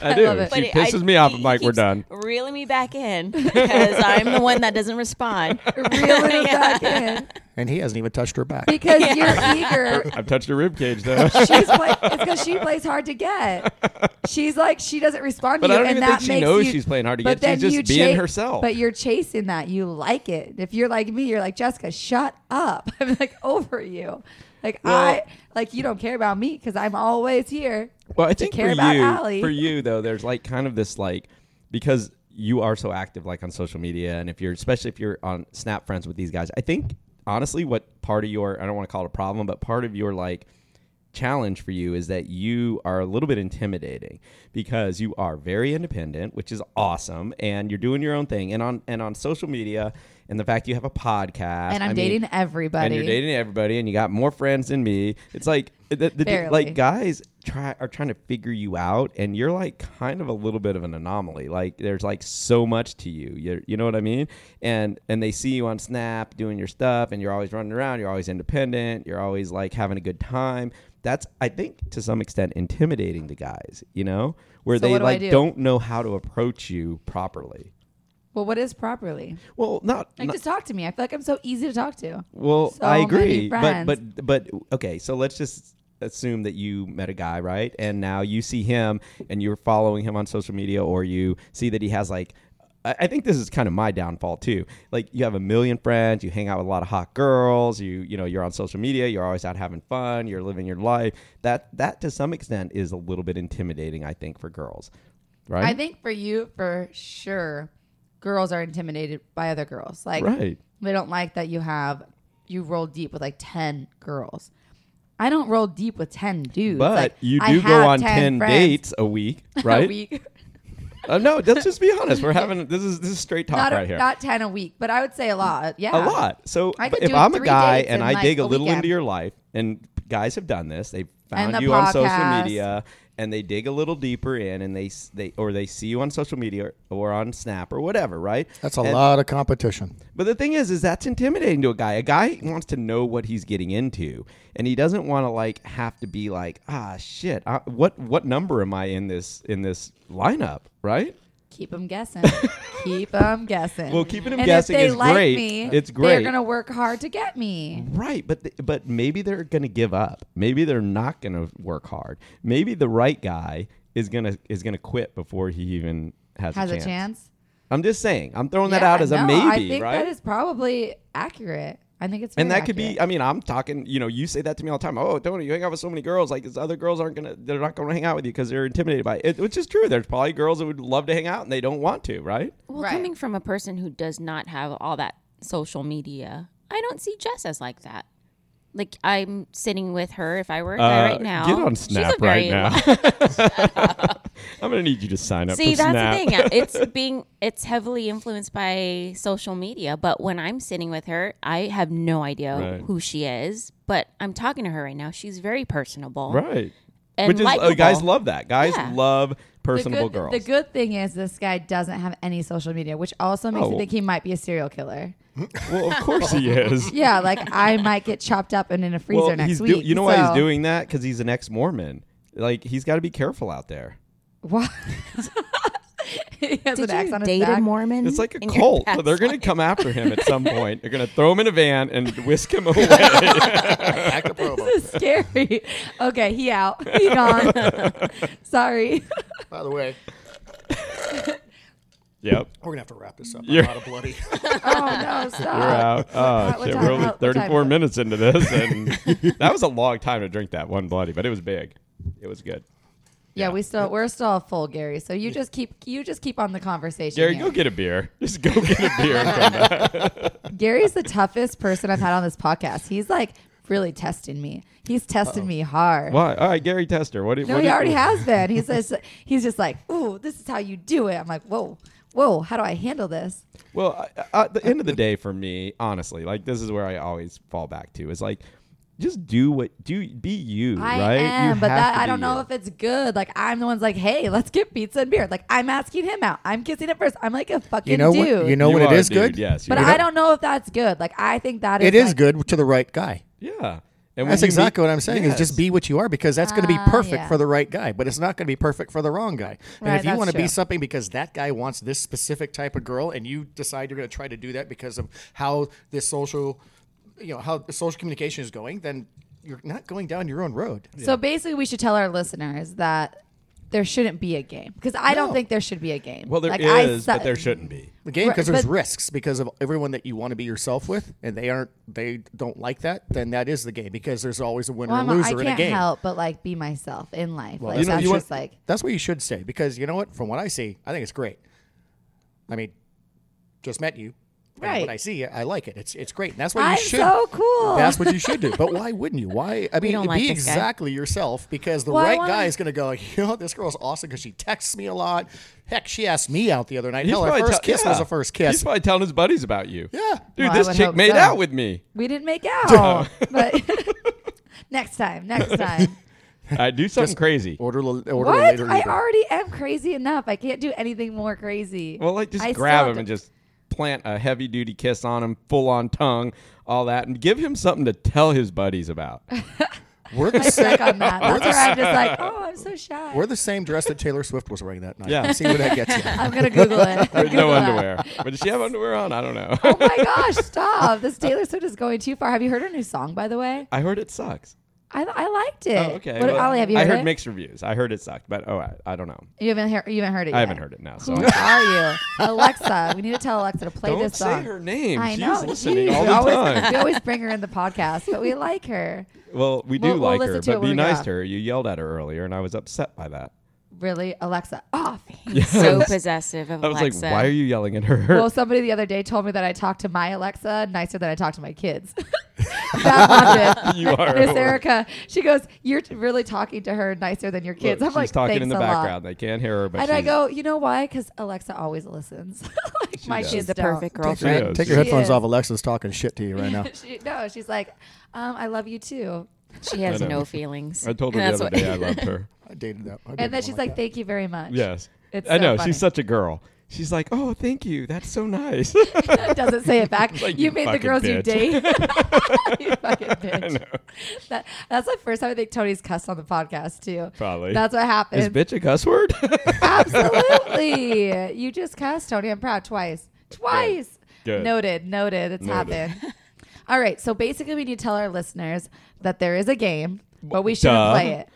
[SPEAKER 2] I do.
[SPEAKER 1] love it.
[SPEAKER 2] She
[SPEAKER 3] But I-
[SPEAKER 2] pisses me off.
[SPEAKER 3] he
[SPEAKER 2] I'm like, we're
[SPEAKER 3] keeps
[SPEAKER 2] done.
[SPEAKER 3] Reeling me back in (laughs) because I'm the one that
[SPEAKER 1] (laughs)
[SPEAKER 3] doesn't respond.
[SPEAKER 1] Reeling it back
[SPEAKER 3] (laughs)
[SPEAKER 1] in.
[SPEAKER 4] And he hasn't even touched her back.
[SPEAKER 1] Because you're eager
[SPEAKER 2] I've touched your rib
[SPEAKER 1] (laughs)
[SPEAKER 2] cage though.
[SPEAKER 1] She's play, it's because she plays hard to get. She's like she doesn't respond
[SPEAKER 2] But
[SPEAKER 1] to
[SPEAKER 2] I
[SPEAKER 1] you,
[SPEAKER 2] don't
[SPEAKER 1] and
[SPEAKER 2] even
[SPEAKER 1] that
[SPEAKER 2] think she
[SPEAKER 1] makes
[SPEAKER 2] knows
[SPEAKER 1] you-
[SPEAKER 2] she's playing hard to
[SPEAKER 1] but
[SPEAKER 2] get. She's
[SPEAKER 1] then
[SPEAKER 2] just
[SPEAKER 1] you
[SPEAKER 2] being herself.
[SPEAKER 1] But you're chasing that. You like it. If you're like me, you're like Jessica. Shut up. (laughs) I'm like over you. Like I like you don't care about me because I'm always here.
[SPEAKER 2] Well, I think
[SPEAKER 1] care
[SPEAKER 2] for
[SPEAKER 1] about
[SPEAKER 2] you,
[SPEAKER 1] Allie.
[SPEAKER 2] for you though, there's like kind of this like because you are so active like on social media, and if you're especially if you're on Snap friends with these guys, I think honestly, what part of your I don't want to call it a problem, but part of your like challenge for you is that you are a little bit intimidating because you are very independent which is awesome and you're doing your own thing and on and on social media and the fact you have a podcast
[SPEAKER 1] And I'm
[SPEAKER 2] I mean,
[SPEAKER 1] dating everybody.
[SPEAKER 2] and you're dating everybody, and you got more friends than me. It's like the, the-
[SPEAKER 1] Barely.
[SPEAKER 2] like guys try are trying to figure you out, and you're like kind of a little bit of an anomaly. Like there's like so much to you. You you know what I mean? And and they see you on Snap doing your stuff, and you're always running around. You're always independent. You're always like having a good time. That's I think to some extent intimidating to guys. You know where
[SPEAKER 1] So
[SPEAKER 2] they
[SPEAKER 1] what do I
[SPEAKER 2] like
[SPEAKER 1] do?
[SPEAKER 2] not know how to approach you properly.
[SPEAKER 1] Well, what is properly?
[SPEAKER 2] Well, not
[SPEAKER 1] Like
[SPEAKER 2] not-
[SPEAKER 1] just talk to me. I feel like I'm so easy to talk to.
[SPEAKER 2] Well,
[SPEAKER 1] So
[SPEAKER 2] I
[SPEAKER 1] many
[SPEAKER 2] agree, but
[SPEAKER 1] friends.
[SPEAKER 2] but but okay. So let's just assume that you met a guy, right? And now you see him, and you're following him on social media, or you see that he has like. I I think this is kind of my downfall too. Like you have a million friends, you hang out with a lot of hot girls, you you know, you're on social media, you're always out having fun, you're living your life. That that to some extent is a little bit intimidating, I think, for girls. Right?
[SPEAKER 1] I think for you, for sure, girls are intimidated by other girls. Like
[SPEAKER 2] Right.
[SPEAKER 1] they don't like that you have you roll deep with like ten girls. I don't roll deep with ten dudes.
[SPEAKER 2] but
[SPEAKER 1] Like,
[SPEAKER 2] you
[SPEAKER 1] I
[SPEAKER 2] do go
[SPEAKER 1] have
[SPEAKER 2] on 10
[SPEAKER 1] 10 friends
[SPEAKER 2] dates a week,
[SPEAKER 1] (laughs)
[SPEAKER 2] right?
[SPEAKER 1] A week.
[SPEAKER 2] Uh, no, let's just be honest. We're having this is this is straight talk
[SPEAKER 1] (laughs) Not, a-
[SPEAKER 2] right here.
[SPEAKER 1] not ten a week, but I would say a lot. Yeah.
[SPEAKER 2] a lot. So
[SPEAKER 1] I could
[SPEAKER 2] if
[SPEAKER 1] do
[SPEAKER 2] I'm a
[SPEAKER 1] three
[SPEAKER 2] guy
[SPEAKER 1] dates
[SPEAKER 2] and
[SPEAKER 1] in,
[SPEAKER 2] I
[SPEAKER 1] like,
[SPEAKER 2] dig a
[SPEAKER 1] a
[SPEAKER 2] little
[SPEAKER 1] weekend.
[SPEAKER 2] into your life, and guys have done this, they found
[SPEAKER 1] the
[SPEAKER 2] you on social
[SPEAKER 1] podcast.
[SPEAKER 2] media and they dig a little deeper in, and they s- they or they see you on social media or, or on Snap or whatever, right?
[SPEAKER 4] That's a
[SPEAKER 2] And-
[SPEAKER 4] lot of competition.
[SPEAKER 2] But the thing is, is that's intimidating to a guy. A guy wants to know what he's getting into, and he doesn't want to like have to be like, ah, shit, I, what what number am I in this in this lineup, right?
[SPEAKER 1] Keep them
[SPEAKER 2] (laughs)
[SPEAKER 1] guessing. Keep them guessing.
[SPEAKER 2] Well, keeping 'em
[SPEAKER 1] And
[SPEAKER 2] guessing
[SPEAKER 1] if they
[SPEAKER 2] is
[SPEAKER 1] like
[SPEAKER 2] great.
[SPEAKER 1] Me,
[SPEAKER 2] It's
[SPEAKER 1] They're
[SPEAKER 2] great.
[SPEAKER 1] gonna work hard to get me.
[SPEAKER 2] Right, but th- but maybe they're going to give up. Maybe they're not going to work hard. Maybe the right guy is going to is going to quit before he even has,
[SPEAKER 1] Has
[SPEAKER 2] a, chance.
[SPEAKER 1] a chance.
[SPEAKER 2] I'm just saying. I'm throwing that
[SPEAKER 1] Yeah,
[SPEAKER 2] out as a
[SPEAKER 1] no,
[SPEAKER 2] maybe,
[SPEAKER 1] I think
[SPEAKER 2] right?
[SPEAKER 1] that is probably accurate. I think it's
[SPEAKER 2] and
[SPEAKER 1] very
[SPEAKER 2] that could be
[SPEAKER 1] accurate.
[SPEAKER 2] I mean, I'm talking, you know, you say that to me all the time. Oh, Tony, you hang out with so many girls like 'cause other girls aren't going to they're not going to hang out with you cuz they're intimidated by it, which is true. There's probably girls that would love to hang out and they don't want to, right?
[SPEAKER 3] Well,
[SPEAKER 1] Right.
[SPEAKER 3] coming from a person who does not have all that social media, I don't see Jess as like that. Like I'm sitting with her if I were a guy
[SPEAKER 2] Uh,
[SPEAKER 3] right now.
[SPEAKER 2] Get on
[SPEAKER 3] she's a
[SPEAKER 2] Snap right
[SPEAKER 3] very- (laughs)
[SPEAKER 2] now. (laughs) I'm going to need you to sign up
[SPEAKER 3] See,
[SPEAKER 2] for
[SPEAKER 3] that's
[SPEAKER 2] Snap.
[SPEAKER 3] the thing. It's being it's heavily influenced by social media, but when I'm sitting with her, I have no idea
[SPEAKER 2] Right.
[SPEAKER 3] who she is, but I'm talking to her right now. She's very personable.
[SPEAKER 2] (laughs) Right.
[SPEAKER 3] And
[SPEAKER 2] Which is uh,
[SPEAKER 3] likable.
[SPEAKER 2] guys love that. Guys
[SPEAKER 3] Yeah.
[SPEAKER 2] love
[SPEAKER 1] The
[SPEAKER 2] personable
[SPEAKER 1] good,
[SPEAKER 2] girls.
[SPEAKER 1] the good thing is this guy doesn't have any social media, which also makes
[SPEAKER 2] Oh.
[SPEAKER 1] me think he might be a serial killer.
[SPEAKER 2] well, of
[SPEAKER 1] (laughs)
[SPEAKER 2] course he is.
[SPEAKER 1] Yeah, like I
[SPEAKER 2] (laughs)
[SPEAKER 1] might get chopped up and in a freezer
[SPEAKER 2] well,
[SPEAKER 1] next
[SPEAKER 2] he's do-
[SPEAKER 1] week.
[SPEAKER 2] you know why he's
[SPEAKER 1] so-
[SPEAKER 2] doing that? Because he's an ex-Mormon. Like he's got to be careful out there.
[SPEAKER 1] (laughs) What? (laughs) he has
[SPEAKER 3] Did
[SPEAKER 1] an axe
[SPEAKER 3] you
[SPEAKER 1] on his
[SPEAKER 3] date
[SPEAKER 1] back.
[SPEAKER 3] a Mormon?
[SPEAKER 2] It's like a
[SPEAKER 3] in your
[SPEAKER 2] cult.
[SPEAKER 3] past
[SPEAKER 2] They're going to come after him
[SPEAKER 1] (laughs)
[SPEAKER 2] at some point. They're going to throw him in a van and whisk him away.
[SPEAKER 4] Back to Provo.
[SPEAKER 1] (laughs) This is scary. Okay, he out. He gone. (laughs) Sorry.
[SPEAKER 4] By the way,
[SPEAKER 2] Yep.
[SPEAKER 4] We're gonna have to wrap this up.
[SPEAKER 2] You're-
[SPEAKER 4] I'm out of bloody.
[SPEAKER 1] Oh no, stop.
[SPEAKER 2] We're out.
[SPEAKER 1] What
[SPEAKER 2] Oh, shit.
[SPEAKER 1] time-
[SPEAKER 2] We're only
[SPEAKER 1] what time
[SPEAKER 2] 34
[SPEAKER 1] is it?
[SPEAKER 2] minutes into
[SPEAKER 1] (laughs)
[SPEAKER 2] this, and that was a long time to drink that one bloody, but it was big. It was good.
[SPEAKER 1] Yeah,
[SPEAKER 2] Yeah.
[SPEAKER 1] we still we're still full, Gary. So you just keep you just keep on the conversation.
[SPEAKER 2] Gary,
[SPEAKER 1] here.
[SPEAKER 2] go get a beer. Just go get a beer and
[SPEAKER 1] (laughs)
[SPEAKER 2] come back.
[SPEAKER 1] Gary's the toughest person I've had on this podcast. He's like really testing me. He's tested me hard.
[SPEAKER 2] Why? All right, Gary Tester. What? do-
[SPEAKER 1] No,
[SPEAKER 2] what
[SPEAKER 1] he
[SPEAKER 2] do-
[SPEAKER 1] already has been.
[SPEAKER 2] (laughs)
[SPEAKER 1] He says he's just like, "Ooh, this is how you do it." I'm like, "Whoa, whoa, how do I handle this?"
[SPEAKER 2] Well, I- I- at the end of the day, for me, honestly, like this is where I always fall back to is like, just do what do be you,
[SPEAKER 1] I
[SPEAKER 2] right? You
[SPEAKER 1] am, but
[SPEAKER 2] have
[SPEAKER 1] that
[SPEAKER 2] to
[SPEAKER 1] I
[SPEAKER 2] be
[SPEAKER 1] don't know
[SPEAKER 2] you.
[SPEAKER 1] if it's good. Like I'm the one's like, "Hey, let's get pizza and beer." Like I'm asking him out. I'm kissing it first. I'm like a fucking
[SPEAKER 4] (laughs) You know
[SPEAKER 1] dude.
[SPEAKER 4] what? You know
[SPEAKER 2] You
[SPEAKER 4] what
[SPEAKER 2] are
[SPEAKER 4] it
[SPEAKER 2] a
[SPEAKER 4] is
[SPEAKER 2] dude,
[SPEAKER 4] good.
[SPEAKER 2] yes, you
[SPEAKER 1] but
[SPEAKER 2] are.
[SPEAKER 1] I don't know if that's good. Like I think that is
[SPEAKER 4] It is
[SPEAKER 1] like-
[SPEAKER 4] good to the right guy.
[SPEAKER 2] yeah, and when
[SPEAKER 4] That's
[SPEAKER 2] you
[SPEAKER 4] exactly
[SPEAKER 2] meet-
[SPEAKER 4] what I'm saying. Is
[SPEAKER 2] Yes.
[SPEAKER 4] just be what you are because that's going to be
[SPEAKER 1] Ah,
[SPEAKER 4] perfect
[SPEAKER 1] yeah.
[SPEAKER 4] for the right guy, but it's not going to be perfect for the wrong guy. And
[SPEAKER 1] Right,
[SPEAKER 4] if you
[SPEAKER 1] that's
[SPEAKER 4] want to be
[SPEAKER 1] true.
[SPEAKER 4] something because that guy wants this specific type of girl, and you decide you're going to try to do that because of how this social, you know, how the social communication is going, then you're not going down your own road.
[SPEAKER 1] So basically, we should tell our listeners that there shouldn't be a game because I don't
[SPEAKER 4] No.
[SPEAKER 1] think there should be a game.
[SPEAKER 2] Well, there
[SPEAKER 1] Like,
[SPEAKER 2] is,
[SPEAKER 1] I su-
[SPEAKER 2] but there shouldn't be.
[SPEAKER 4] The game
[SPEAKER 1] Right,
[SPEAKER 4] because there's
[SPEAKER 1] but-
[SPEAKER 4] risks because of everyone that you want to be yourself with, and they aren't, they don't like that. Then that is the game because there's always a winner
[SPEAKER 1] Well,
[SPEAKER 4] and
[SPEAKER 1] I'm, I
[SPEAKER 4] loser in a
[SPEAKER 1] can't
[SPEAKER 4] game.
[SPEAKER 1] help but like be myself in life. like
[SPEAKER 2] you know,
[SPEAKER 1] that's
[SPEAKER 2] you
[SPEAKER 1] just
[SPEAKER 2] want-
[SPEAKER 1] like
[SPEAKER 4] That's what you should say because you know what? From what I see, I think it's great. I mean, just met you. and
[SPEAKER 1] Right.
[SPEAKER 4] When I see you, I like it. It's it's great. And that's what
[SPEAKER 1] I'm
[SPEAKER 4] you should.
[SPEAKER 1] so cool.
[SPEAKER 4] That's what you should do. But why wouldn't you? Why?
[SPEAKER 1] (laughs)
[SPEAKER 4] I mean,
[SPEAKER 3] don't
[SPEAKER 4] be
[SPEAKER 3] like this guy.
[SPEAKER 4] exactly yourself because the
[SPEAKER 1] Well, I
[SPEAKER 4] right
[SPEAKER 1] wanna-
[SPEAKER 4] guy is going to go. (laughs) You know, this girl's awesome because she texts me a lot. Heck, she asked me out the other night.
[SPEAKER 2] He's
[SPEAKER 4] Hell, our
[SPEAKER 2] probably
[SPEAKER 4] first
[SPEAKER 2] tell-
[SPEAKER 4] kiss
[SPEAKER 2] yeah.
[SPEAKER 4] was a first
[SPEAKER 2] He's
[SPEAKER 4] kiss.
[SPEAKER 2] probably telling his buddies about you.
[SPEAKER 4] Yeah.
[SPEAKER 2] Dude,
[SPEAKER 1] Well, I
[SPEAKER 2] this
[SPEAKER 1] would
[SPEAKER 2] chick
[SPEAKER 1] hope
[SPEAKER 2] made
[SPEAKER 1] so.
[SPEAKER 2] out with me.
[SPEAKER 1] we didn't make out, but (laughs) next time, next time.
[SPEAKER 2] I
[SPEAKER 4] (laughs)
[SPEAKER 2] do something crazy.
[SPEAKER 4] Order, li- order a
[SPEAKER 1] what?
[SPEAKER 4] later.
[SPEAKER 1] I
[SPEAKER 4] Uber.
[SPEAKER 1] already am crazy enough. I can't do anything more crazy.
[SPEAKER 2] Well, like just
[SPEAKER 1] I
[SPEAKER 2] grab
[SPEAKER 1] still
[SPEAKER 2] him and
[SPEAKER 1] d-
[SPEAKER 2] just plant a heavy duty kiss on him, full on tongue, all that, and give him something to tell his buddies about.
[SPEAKER 4] We're
[SPEAKER 1] (laughs)
[SPEAKER 4] the
[SPEAKER 1] I suck
[SPEAKER 4] same.
[SPEAKER 1] on
[SPEAKER 2] (laughs)
[SPEAKER 1] that. That's where I'm just like, oh, I'm so shy.
[SPEAKER 4] We're the same dress that Taylor Swift was wearing that night.
[SPEAKER 2] Yeah.
[SPEAKER 4] See where that gets you.
[SPEAKER 1] (laughs) I'm gonna
[SPEAKER 2] (laughs)
[SPEAKER 1] Google it.
[SPEAKER 2] With
[SPEAKER 1] Google
[SPEAKER 2] no
[SPEAKER 1] that.
[SPEAKER 2] underwear. But does she have underwear on? I don't know.
[SPEAKER 1] Oh my gosh! Stop. This Taylor Swift is going too far. Have you heard her new song, by the way?
[SPEAKER 2] (laughs) I heard it sucks.
[SPEAKER 1] I, I liked it.
[SPEAKER 2] Oh, okay.
[SPEAKER 1] What,
[SPEAKER 2] well,
[SPEAKER 1] Ollie, have you heard,
[SPEAKER 2] I heard
[SPEAKER 1] it?
[SPEAKER 2] mixed reviews. I heard it sucked, but oh, I, I don't know.
[SPEAKER 1] you haven't heard. You haven't heard it.
[SPEAKER 2] I
[SPEAKER 1] yet.
[SPEAKER 2] haven't heard it now. So
[SPEAKER 1] Who
[SPEAKER 2] I-
[SPEAKER 1] are you, Alexa? We need to tell Alexa to play
[SPEAKER 2] don't
[SPEAKER 1] this
[SPEAKER 2] say
[SPEAKER 1] song.
[SPEAKER 2] her name.
[SPEAKER 1] I
[SPEAKER 2] She's
[SPEAKER 1] know.
[SPEAKER 2] listening
[SPEAKER 1] geez,
[SPEAKER 2] all
[SPEAKER 1] we
[SPEAKER 2] the
[SPEAKER 1] always,
[SPEAKER 2] time.
[SPEAKER 1] We always bring her in the podcast, but we like her.
[SPEAKER 2] Well, we do
[SPEAKER 1] We'll- we'll
[SPEAKER 2] like
[SPEAKER 1] listen
[SPEAKER 2] her,
[SPEAKER 1] to it
[SPEAKER 2] but
[SPEAKER 1] when
[SPEAKER 2] be
[SPEAKER 1] we get
[SPEAKER 2] nice
[SPEAKER 1] off.
[SPEAKER 2] to her. You yelled at her earlier, and I was upset by that.
[SPEAKER 1] Really, Alexa, Oh, off.
[SPEAKER 3] so possessive
[SPEAKER 2] (laughs)
[SPEAKER 3] of
[SPEAKER 2] I was
[SPEAKER 3] Alexa.
[SPEAKER 2] like, why are you yelling at her? (laughs)
[SPEAKER 1] Well, somebody the other day told me that I talk to my Alexa nicer than I talk to my kids. (laughs) That's not it.
[SPEAKER 2] You are
[SPEAKER 1] Miss
[SPEAKER 2] a whore.
[SPEAKER 1] Erica. She goes, "You're t- really talking to her nicer than your
[SPEAKER 2] Look,
[SPEAKER 1] kids." I'm
[SPEAKER 2] she's
[SPEAKER 1] like,
[SPEAKER 2] talking
[SPEAKER 1] "Thanks
[SPEAKER 2] in the
[SPEAKER 1] a lot."
[SPEAKER 2] background. They can't hear her, but
[SPEAKER 1] And I
[SPEAKER 2] she's-
[SPEAKER 1] go, you know why? Because Alexa always listens. (laughs) like my kids
[SPEAKER 2] does.
[SPEAKER 3] She's the
[SPEAKER 1] don't.
[SPEAKER 3] perfect
[SPEAKER 2] She
[SPEAKER 3] girlfriend.
[SPEAKER 2] is.
[SPEAKER 4] Take your
[SPEAKER 1] She
[SPEAKER 4] headphones
[SPEAKER 1] is.
[SPEAKER 4] off. Alexa's talking shit to you right now.
[SPEAKER 1] (laughs) she, no, she's like, um, I love you too.
[SPEAKER 3] She has
[SPEAKER 2] I know.
[SPEAKER 3] no feelings.
[SPEAKER 2] I told her
[SPEAKER 3] That's
[SPEAKER 2] the other
[SPEAKER 3] what- (laughs)
[SPEAKER 2] day I loved her.
[SPEAKER 4] I dated that. I dated
[SPEAKER 1] And then
[SPEAKER 4] one
[SPEAKER 1] she's like,
[SPEAKER 4] that.
[SPEAKER 1] thank you very much.
[SPEAKER 2] Yes.
[SPEAKER 1] It's
[SPEAKER 2] I
[SPEAKER 1] so
[SPEAKER 2] know.
[SPEAKER 1] funny.
[SPEAKER 2] She's such a girl. She's like, oh, thank you. That's so nice.
[SPEAKER 1] (laughs)
[SPEAKER 2] (laughs)
[SPEAKER 1] Doesn't say it back.
[SPEAKER 2] like,
[SPEAKER 1] you,
[SPEAKER 2] you
[SPEAKER 1] made the
[SPEAKER 2] fucking
[SPEAKER 1] girls you
[SPEAKER 2] bitch.
[SPEAKER 1] date. (laughs)
[SPEAKER 2] (laughs)
[SPEAKER 1] you fucking bitch. That, that's the first time I think Tony's cussed on the podcast too.
[SPEAKER 2] Probably.
[SPEAKER 1] That's what
[SPEAKER 2] Is
[SPEAKER 1] happened.
[SPEAKER 2] bitch a cuss word? (laughs)
[SPEAKER 1] Absolutely. you just cussed Tony. I'm proud twice. Twice.
[SPEAKER 2] Good.
[SPEAKER 1] Noted. Noted. It's
[SPEAKER 2] Noted.
[SPEAKER 1] happened. (laughs) All right. So basically, we need to tell our listeners that there is a game, but we shouldn't
[SPEAKER 2] Duh.
[SPEAKER 1] play it.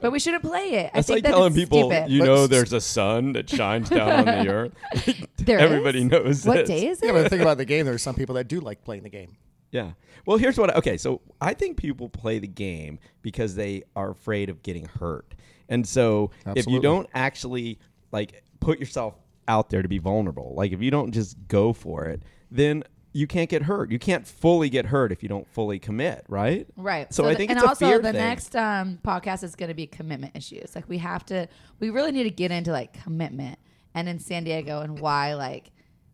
[SPEAKER 1] But we shouldn't play it.
[SPEAKER 2] That's
[SPEAKER 1] I
[SPEAKER 2] like
[SPEAKER 1] think that
[SPEAKER 2] telling
[SPEAKER 1] it's
[SPEAKER 2] people,
[SPEAKER 1] stupid.
[SPEAKER 2] you
[SPEAKER 4] But
[SPEAKER 2] know,
[SPEAKER 4] s-
[SPEAKER 2] there's a sun that shines down on the earth.
[SPEAKER 1] (laughs) There is?
[SPEAKER 2] Everybody knows
[SPEAKER 1] What
[SPEAKER 2] this.
[SPEAKER 1] day is it?
[SPEAKER 4] Yeah, but the thing about the game, there are some people that do like playing the game.
[SPEAKER 2] Yeah. Well, here's what. Okay, so I think people play the game because they are afraid of getting hurt, and so if you
[SPEAKER 4] Absolutely.
[SPEAKER 2] don't actually like put yourself out there to be vulnerable, like if you don't just go for it, then you can't get hurt. You can't fully get hurt if you don't fully commit, right?
[SPEAKER 1] Right.
[SPEAKER 2] So, I
[SPEAKER 1] th-
[SPEAKER 2] think
[SPEAKER 1] and
[SPEAKER 2] it's
[SPEAKER 1] also
[SPEAKER 2] a fear
[SPEAKER 1] the
[SPEAKER 2] thing.
[SPEAKER 1] next um, podcast is going to be commitment issues. Like we have to, we really need to get into like commitment and in San Diego and why like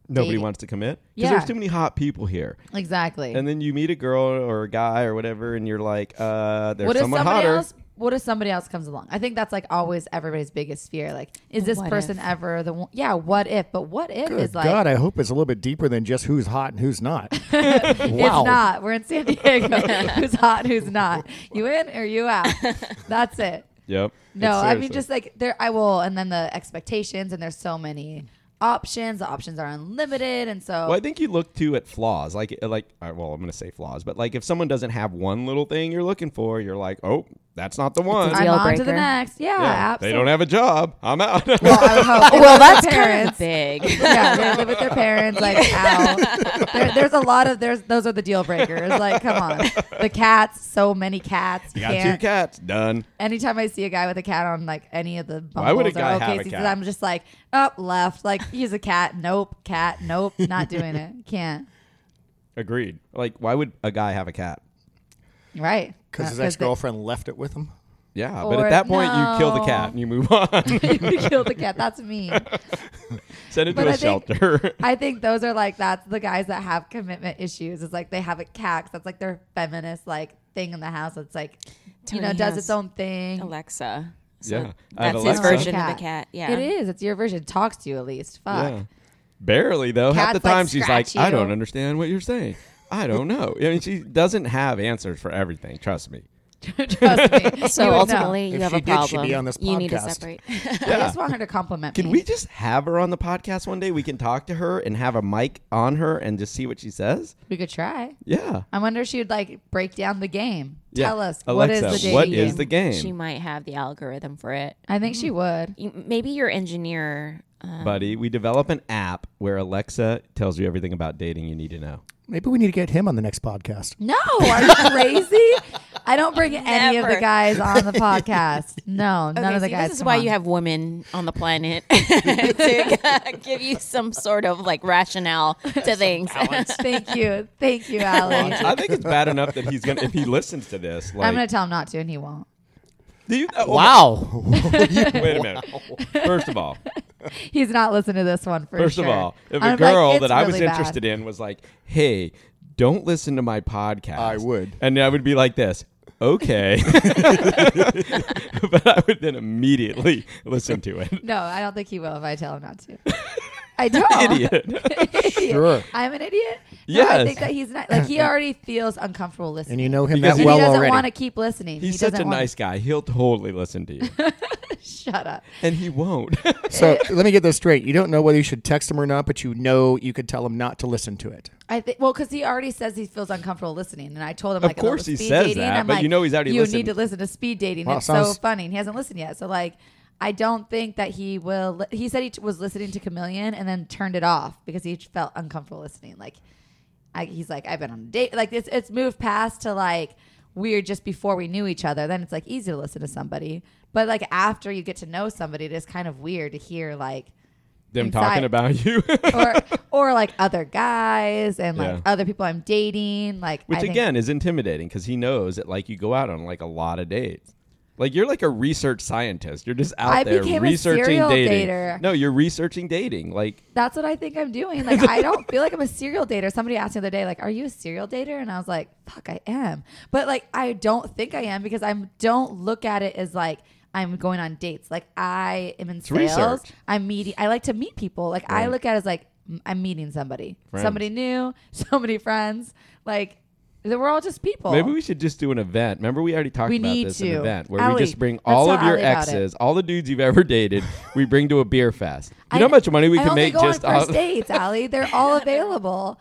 [SPEAKER 2] Nobody
[SPEAKER 1] dating-
[SPEAKER 2] wants to commit because
[SPEAKER 1] Yeah.
[SPEAKER 2] there's too many hot people here.
[SPEAKER 1] exactly.
[SPEAKER 2] And then you meet a girl or a guy or whatever, and you're like, uh, there's
[SPEAKER 1] what if
[SPEAKER 2] someone
[SPEAKER 1] somebody
[SPEAKER 2] hotter.
[SPEAKER 1] else? What if somebody else comes along? I think that's like always everybody's biggest fear. Like, is this
[SPEAKER 3] What
[SPEAKER 1] person
[SPEAKER 3] if?
[SPEAKER 1] ever the one? Yeah. What if? But what if
[SPEAKER 4] Good
[SPEAKER 1] is like
[SPEAKER 4] God, I hope it's a little bit deeper than just who's hot and who's not. wow.
[SPEAKER 1] (laughs) It's not. We're in San Diego.
[SPEAKER 2] (laughs)
[SPEAKER 1] (laughs) who's hot? Who's not? You in or you
[SPEAKER 3] (laughs)
[SPEAKER 1] out? That's it.
[SPEAKER 2] Yep.
[SPEAKER 1] No,
[SPEAKER 2] It's
[SPEAKER 1] I mean
[SPEAKER 2] seriously-
[SPEAKER 1] just like there I will and then the expectations and there's so many options. The options are unlimited and so
[SPEAKER 2] Well, I think you look too at flaws, uh, like like uh, well, I'm going to say flaws, but like if someone doesn't have one little thing you're looking for, you're like, oh, that's not the one.
[SPEAKER 3] deal
[SPEAKER 1] I'm on to the
[SPEAKER 3] breaker.
[SPEAKER 1] next. Yeah,
[SPEAKER 2] Yeah,
[SPEAKER 1] absolutely.
[SPEAKER 2] They don't have a job. I'm out. (laughs)
[SPEAKER 1] Well, I would hope. They
[SPEAKER 3] Well,
[SPEAKER 1] live with
[SPEAKER 3] (laughs) that's
[SPEAKER 1] their
[SPEAKER 3] kind of
[SPEAKER 1] parents. (laughs)
[SPEAKER 3] big.
[SPEAKER 1] yeah, they live with their parents. Like, ow. There, there's a lot of there's those are the deal breakers. Like, come on, the cats. So many cats. You
[SPEAKER 2] Got two
[SPEAKER 1] can't-
[SPEAKER 2] cats. Done.
[SPEAKER 1] Anytime I see a guy with a cat on like any of the
[SPEAKER 2] Why would a
[SPEAKER 1] Bumbles or
[SPEAKER 2] guy have a
[SPEAKER 1] OKCs,
[SPEAKER 2] cat?
[SPEAKER 1] I'm just like up left. Like he's a cat. Nope, cat. Nope, not doing it. Can't.
[SPEAKER 2] Agreed. Like, why would a guy have a cat?
[SPEAKER 1] Right.
[SPEAKER 4] because his
[SPEAKER 1] Uh,
[SPEAKER 4] ex
[SPEAKER 1] they-
[SPEAKER 4] girlfriend left it with him.
[SPEAKER 2] Yeah, but
[SPEAKER 1] Or
[SPEAKER 2] at that point, you kill the
[SPEAKER 1] no.
[SPEAKER 2] cat and you move (laughs) on.
[SPEAKER 1] (laughs) you killed the cat. That's mean.
[SPEAKER 2] Send it
[SPEAKER 1] But
[SPEAKER 2] to a
[SPEAKER 1] I think-
[SPEAKER 2] shelter. (laughs)
[SPEAKER 1] I think those are like that's the guys that have commitment issues. It's like they have a cat. 'cause that's like their feminist like thing in the house. It's like you
[SPEAKER 3] Tony
[SPEAKER 1] know does
[SPEAKER 3] has
[SPEAKER 1] its own thing.
[SPEAKER 3] Alexa. So
[SPEAKER 2] Yeah, I have
[SPEAKER 3] That's his
[SPEAKER 2] Alexa.
[SPEAKER 3] version of a cat. Yeah.
[SPEAKER 1] It is. It's your version. Talks to you at least. Fuck.
[SPEAKER 2] Yeah. Barely though. Half the
[SPEAKER 1] Cats, like,
[SPEAKER 2] time she's like,
[SPEAKER 1] scratch
[SPEAKER 2] I don't
[SPEAKER 1] you."
[SPEAKER 2] understand what you're saying. I don't know. I mean, she doesn't have answers for everything.
[SPEAKER 1] (laughs)
[SPEAKER 2] Trust me.
[SPEAKER 1] Trust me.
[SPEAKER 2] (laughs)
[SPEAKER 1] You
[SPEAKER 3] So
[SPEAKER 1] would know.
[SPEAKER 3] ultimately,
[SPEAKER 4] If
[SPEAKER 3] you have
[SPEAKER 4] she
[SPEAKER 3] a
[SPEAKER 4] did,
[SPEAKER 3] problem.
[SPEAKER 4] she'd be on this
[SPEAKER 3] You need to
[SPEAKER 4] podcast.
[SPEAKER 1] (laughs)
[SPEAKER 3] separate.
[SPEAKER 1] I just want her to compliment
[SPEAKER 2] Can
[SPEAKER 1] me.
[SPEAKER 2] we just have her on the podcast one day? We can talk to her and have a mic on her and just see what she says.
[SPEAKER 1] We could try.
[SPEAKER 2] Yeah.
[SPEAKER 1] I wonder if she would like break down the game.
[SPEAKER 2] Yeah.
[SPEAKER 1] Tell us what is
[SPEAKER 2] Alexa,
[SPEAKER 1] the
[SPEAKER 2] what
[SPEAKER 1] dating
[SPEAKER 2] is
[SPEAKER 1] game?
[SPEAKER 2] the game?
[SPEAKER 3] She might have the algorithm for it.
[SPEAKER 1] I think she would.
[SPEAKER 3] You- Maybe your engineer. Um,
[SPEAKER 2] Buddy, we develop an app where Alexa tells you everything about dating you need
[SPEAKER 1] (laughs)
[SPEAKER 2] to know.
[SPEAKER 4] Maybe we need to get him on the next podcast.
[SPEAKER 1] No, (laughs) are you crazy? I don't bring any of the
[SPEAKER 3] Never.
[SPEAKER 1] guys on the podcast.
[SPEAKER 3] (laughs)
[SPEAKER 1] No, none
[SPEAKER 3] Okay,
[SPEAKER 1] of the
[SPEAKER 3] see,
[SPEAKER 1] guys.
[SPEAKER 3] This is
[SPEAKER 1] come
[SPEAKER 3] why
[SPEAKER 1] on.
[SPEAKER 3] you have women on
[SPEAKER 1] (laughs)
[SPEAKER 3] the planet (laughs) to (laughs) give you some sort of like rationale to things.
[SPEAKER 1] Thank you, thank
[SPEAKER 3] (laughs)
[SPEAKER 1] you, Allie.
[SPEAKER 2] I think it's bad enough that he's gonna if he listens to this. Like,
[SPEAKER 1] I'm gonna tell him not to, and he won't.
[SPEAKER 2] do you, oh,
[SPEAKER 4] Wow. (laughs)
[SPEAKER 2] Wait a minute. First of all,
[SPEAKER 1] He's not listening to this one for
[SPEAKER 2] First
[SPEAKER 1] sure.
[SPEAKER 2] of all, if
[SPEAKER 1] I'm
[SPEAKER 2] a
[SPEAKER 1] like,
[SPEAKER 2] girl
[SPEAKER 1] it's
[SPEAKER 2] that I was
[SPEAKER 1] really bad.
[SPEAKER 2] interested in was like, "Hey, don't listen to my podcast,"
[SPEAKER 4] I would.
[SPEAKER 2] and I would be like this.
[SPEAKER 1] (laughs)
[SPEAKER 2] Okay, (laughs) but I would then immediately listen
[SPEAKER 1] (laughs)
[SPEAKER 2] to it.
[SPEAKER 1] no, I don't think he will if I tell him not
[SPEAKER 2] (laughs)
[SPEAKER 1] to. I don't. (laughs)
[SPEAKER 2] Idiot.
[SPEAKER 1] Idiot.
[SPEAKER 4] Sure.
[SPEAKER 1] I'm an idiot. No, I
[SPEAKER 2] Yes.
[SPEAKER 1] think that he's not like
[SPEAKER 2] (clears throat)
[SPEAKER 1] he already feels uncomfortable listening.
[SPEAKER 4] And you know him
[SPEAKER 2] Because
[SPEAKER 1] And
[SPEAKER 4] that
[SPEAKER 2] he
[SPEAKER 4] well
[SPEAKER 1] he doesn't
[SPEAKER 4] already.
[SPEAKER 1] want to keep listening.
[SPEAKER 2] He's
[SPEAKER 1] he
[SPEAKER 2] such
[SPEAKER 1] doesn't
[SPEAKER 2] a
[SPEAKER 1] wanna-
[SPEAKER 2] nice guy. He'll totally listen
[SPEAKER 1] (laughs)
[SPEAKER 2] to you,
[SPEAKER 1] Shut up.
[SPEAKER 2] and he won't. (laughs)
[SPEAKER 1] (laughs)
[SPEAKER 4] so let me get this straight. You don't know whether you should text him or not, but you know you could tell him not to listen to it.
[SPEAKER 1] I think well, because he already says he feels uncomfortable listening, and I told him
[SPEAKER 2] Of
[SPEAKER 1] like about
[SPEAKER 2] course
[SPEAKER 1] the
[SPEAKER 2] he
[SPEAKER 1] speed
[SPEAKER 2] says
[SPEAKER 1] dating.
[SPEAKER 2] that,
[SPEAKER 1] I'm
[SPEAKER 2] but
[SPEAKER 1] like,
[SPEAKER 2] you know he's already
[SPEAKER 1] You
[SPEAKER 2] listened.
[SPEAKER 1] need to listen to speed dating.
[SPEAKER 4] Wow,
[SPEAKER 1] it's
[SPEAKER 4] sounds-
[SPEAKER 1] so funny. And he hasn't listened yet, so like I don't think that he will. Li- he said he t- was listening to Chameleon and then turned it off because he felt uncomfortable listening. Like I, he's like I've been on a date. Like it's it's moved past to like weird just before we knew each other. Then it's like easy to listen to somebody, but like after you get to know somebody, it is kind of weird to hear like
[SPEAKER 2] Them
[SPEAKER 1] Inside.
[SPEAKER 2] talking about you, (laughs)
[SPEAKER 1] or or like other guys and like
[SPEAKER 2] Yeah.
[SPEAKER 1] other people I'm dating. Like
[SPEAKER 2] which
[SPEAKER 1] I think-
[SPEAKER 2] again is intimidating because he knows that like you go out on like a lot of dates. Like you're like a research scientist. You're just out
[SPEAKER 1] I
[SPEAKER 2] there
[SPEAKER 1] became a
[SPEAKER 2] researching
[SPEAKER 1] serial
[SPEAKER 2] dating.
[SPEAKER 1] dater.
[SPEAKER 2] No, you're researching dating. Like
[SPEAKER 1] that's what I think I'm doing. Like I don't feel like I'm a serial dater. Somebody asked me the other day, like, "Are you a serial dater?" And I was like, "Fuck, I am." But like I don't think I am because I'm don't look at it as like. I'm going on dates. Like I am in sales.
[SPEAKER 2] research.
[SPEAKER 1] I'm meeting. I like to meet people. Like I look at it as like m- I'm meeting somebody,
[SPEAKER 2] Friends.
[SPEAKER 1] somebody new, (laughs) so many friends. Like they- we're all just people.
[SPEAKER 2] Maybe we should just do an event. Remember, we already talked
[SPEAKER 1] We
[SPEAKER 2] about
[SPEAKER 1] need
[SPEAKER 2] this an
[SPEAKER 1] to.
[SPEAKER 2] event where we
[SPEAKER 1] Allie,
[SPEAKER 2] just bring
[SPEAKER 1] let's
[SPEAKER 2] all
[SPEAKER 1] tell
[SPEAKER 2] of your
[SPEAKER 1] Allie about it.
[SPEAKER 2] exes, all the dudes you've
[SPEAKER 1] (laughs)
[SPEAKER 2] ever dated, we bring to a beer fest. You
[SPEAKER 1] I-
[SPEAKER 2] know how much money we
[SPEAKER 1] I
[SPEAKER 2] can
[SPEAKER 1] only
[SPEAKER 2] make
[SPEAKER 1] go
[SPEAKER 2] just
[SPEAKER 1] on first
[SPEAKER 2] off-
[SPEAKER 1] dates, Allie. They're all available.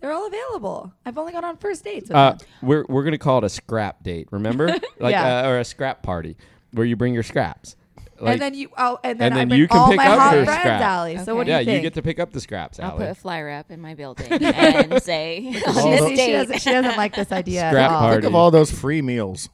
[SPEAKER 1] They're all available. I've only gone on first dates. With
[SPEAKER 2] (laughs) Uh,
[SPEAKER 1] them.
[SPEAKER 2] we're we're gonna call it a scrap date.
[SPEAKER 1] (laughs)
[SPEAKER 2] Remember, like
[SPEAKER 1] Yeah.
[SPEAKER 2] uh, or a scrap party where you bring your scraps. Like,
[SPEAKER 1] and then you, oh, and then,
[SPEAKER 2] and
[SPEAKER 1] I
[SPEAKER 2] then
[SPEAKER 1] bring
[SPEAKER 2] you can
[SPEAKER 1] all
[SPEAKER 2] pick
[SPEAKER 1] my
[SPEAKER 2] up
[SPEAKER 1] hot
[SPEAKER 2] her
[SPEAKER 1] friends,
[SPEAKER 2] scrap.
[SPEAKER 1] Allie. So what do
[SPEAKER 2] yeah,
[SPEAKER 1] you think?
[SPEAKER 2] get to pick up the scraps,
[SPEAKER 3] I'll put
[SPEAKER 2] Allie.
[SPEAKER 3] a flyer up in
[SPEAKER 2] (laughs)
[SPEAKER 3] my building and say,
[SPEAKER 1] she,
[SPEAKER 4] all
[SPEAKER 3] on
[SPEAKER 1] doesn't,
[SPEAKER 4] the-
[SPEAKER 3] this
[SPEAKER 1] she
[SPEAKER 3] date.
[SPEAKER 1] doesn't- she doesn't like this idea.
[SPEAKER 2] Scrap
[SPEAKER 1] at all.
[SPEAKER 2] party.
[SPEAKER 4] Think of all those free meals.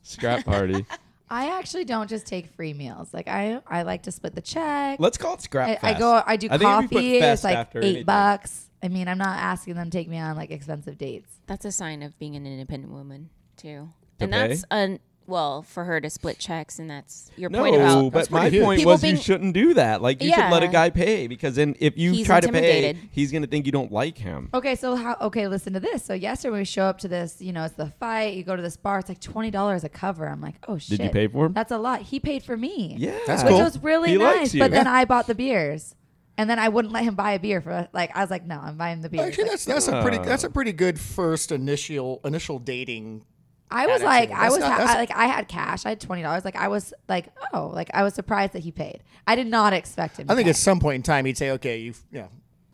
[SPEAKER 1] (laughs)
[SPEAKER 2] Scrap party.
[SPEAKER 1] I actually don't just take free meals. Like I, I like to split the check.
[SPEAKER 2] Let's call it scrap.
[SPEAKER 1] I, I
[SPEAKER 2] fest.
[SPEAKER 1] go. I do
[SPEAKER 2] think if we put
[SPEAKER 1] coffee.
[SPEAKER 2] fest
[SPEAKER 1] It's like
[SPEAKER 2] after
[SPEAKER 1] eight
[SPEAKER 2] anything-
[SPEAKER 1] bucks. I mean, I'm not asking them to take me on like expensive dates.
[SPEAKER 3] That's a sign of being an independent woman too,
[SPEAKER 2] To
[SPEAKER 3] and
[SPEAKER 2] pay?
[SPEAKER 3] that's un well for her to split checks, and that's your point
[SPEAKER 2] No,
[SPEAKER 3] about.
[SPEAKER 2] but my
[SPEAKER 4] pretty huge.
[SPEAKER 2] point
[SPEAKER 3] People
[SPEAKER 2] was you
[SPEAKER 3] being-
[SPEAKER 2] shouldn't do that. Like you should let a
[SPEAKER 3] Yeah.
[SPEAKER 2] guy pay because then if you
[SPEAKER 3] He's
[SPEAKER 2] try to pay,
[SPEAKER 3] intimidated.
[SPEAKER 2] he's gonna think you don't like him.
[SPEAKER 1] Okay, so how? Okay, listen to this. So yesterday when we show up to this, you know, it's the fight. You go to this bar. It's like twenty dollars a cover. I'm like, oh shit.
[SPEAKER 2] you pay for 'em?
[SPEAKER 1] That's a lot. He paid for me.
[SPEAKER 2] Yeah,
[SPEAKER 4] That's
[SPEAKER 1] which
[SPEAKER 4] cool.
[SPEAKER 1] was really
[SPEAKER 2] He likes
[SPEAKER 1] nice.
[SPEAKER 2] you.
[SPEAKER 1] But then I bought the beers, and then I wouldn't let him buy a beer for like I was like, no, I'm buying the beers.
[SPEAKER 4] Actually,
[SPEAKER 1] Like,
[SPEAKER 4] that's that's a pretty that's a pretty good first initial initial dating.
[SPEAKER 1] I was
[SPEAKER 4] attitude.
[SPEAKER 1] like, I
[SPEAKER 4] That's
[SPEAKER 1] was
[SPEAKER 4] not-
[SPEAKER 1] ha-
[SPEAKER 4] that's-
[SPEAKER 1] I, like, I had cash. I had twenty dollars. Like I was like, oh, like I was surprised that he paid. I did not expect him.
[SPEAKER 4] I
[SPEAKER 1] to
[SPEAKER 4] think
[SPEAKER 1] pay.
[SPEAKER 4] at some point in time he'd say, "Okay, you've yeah,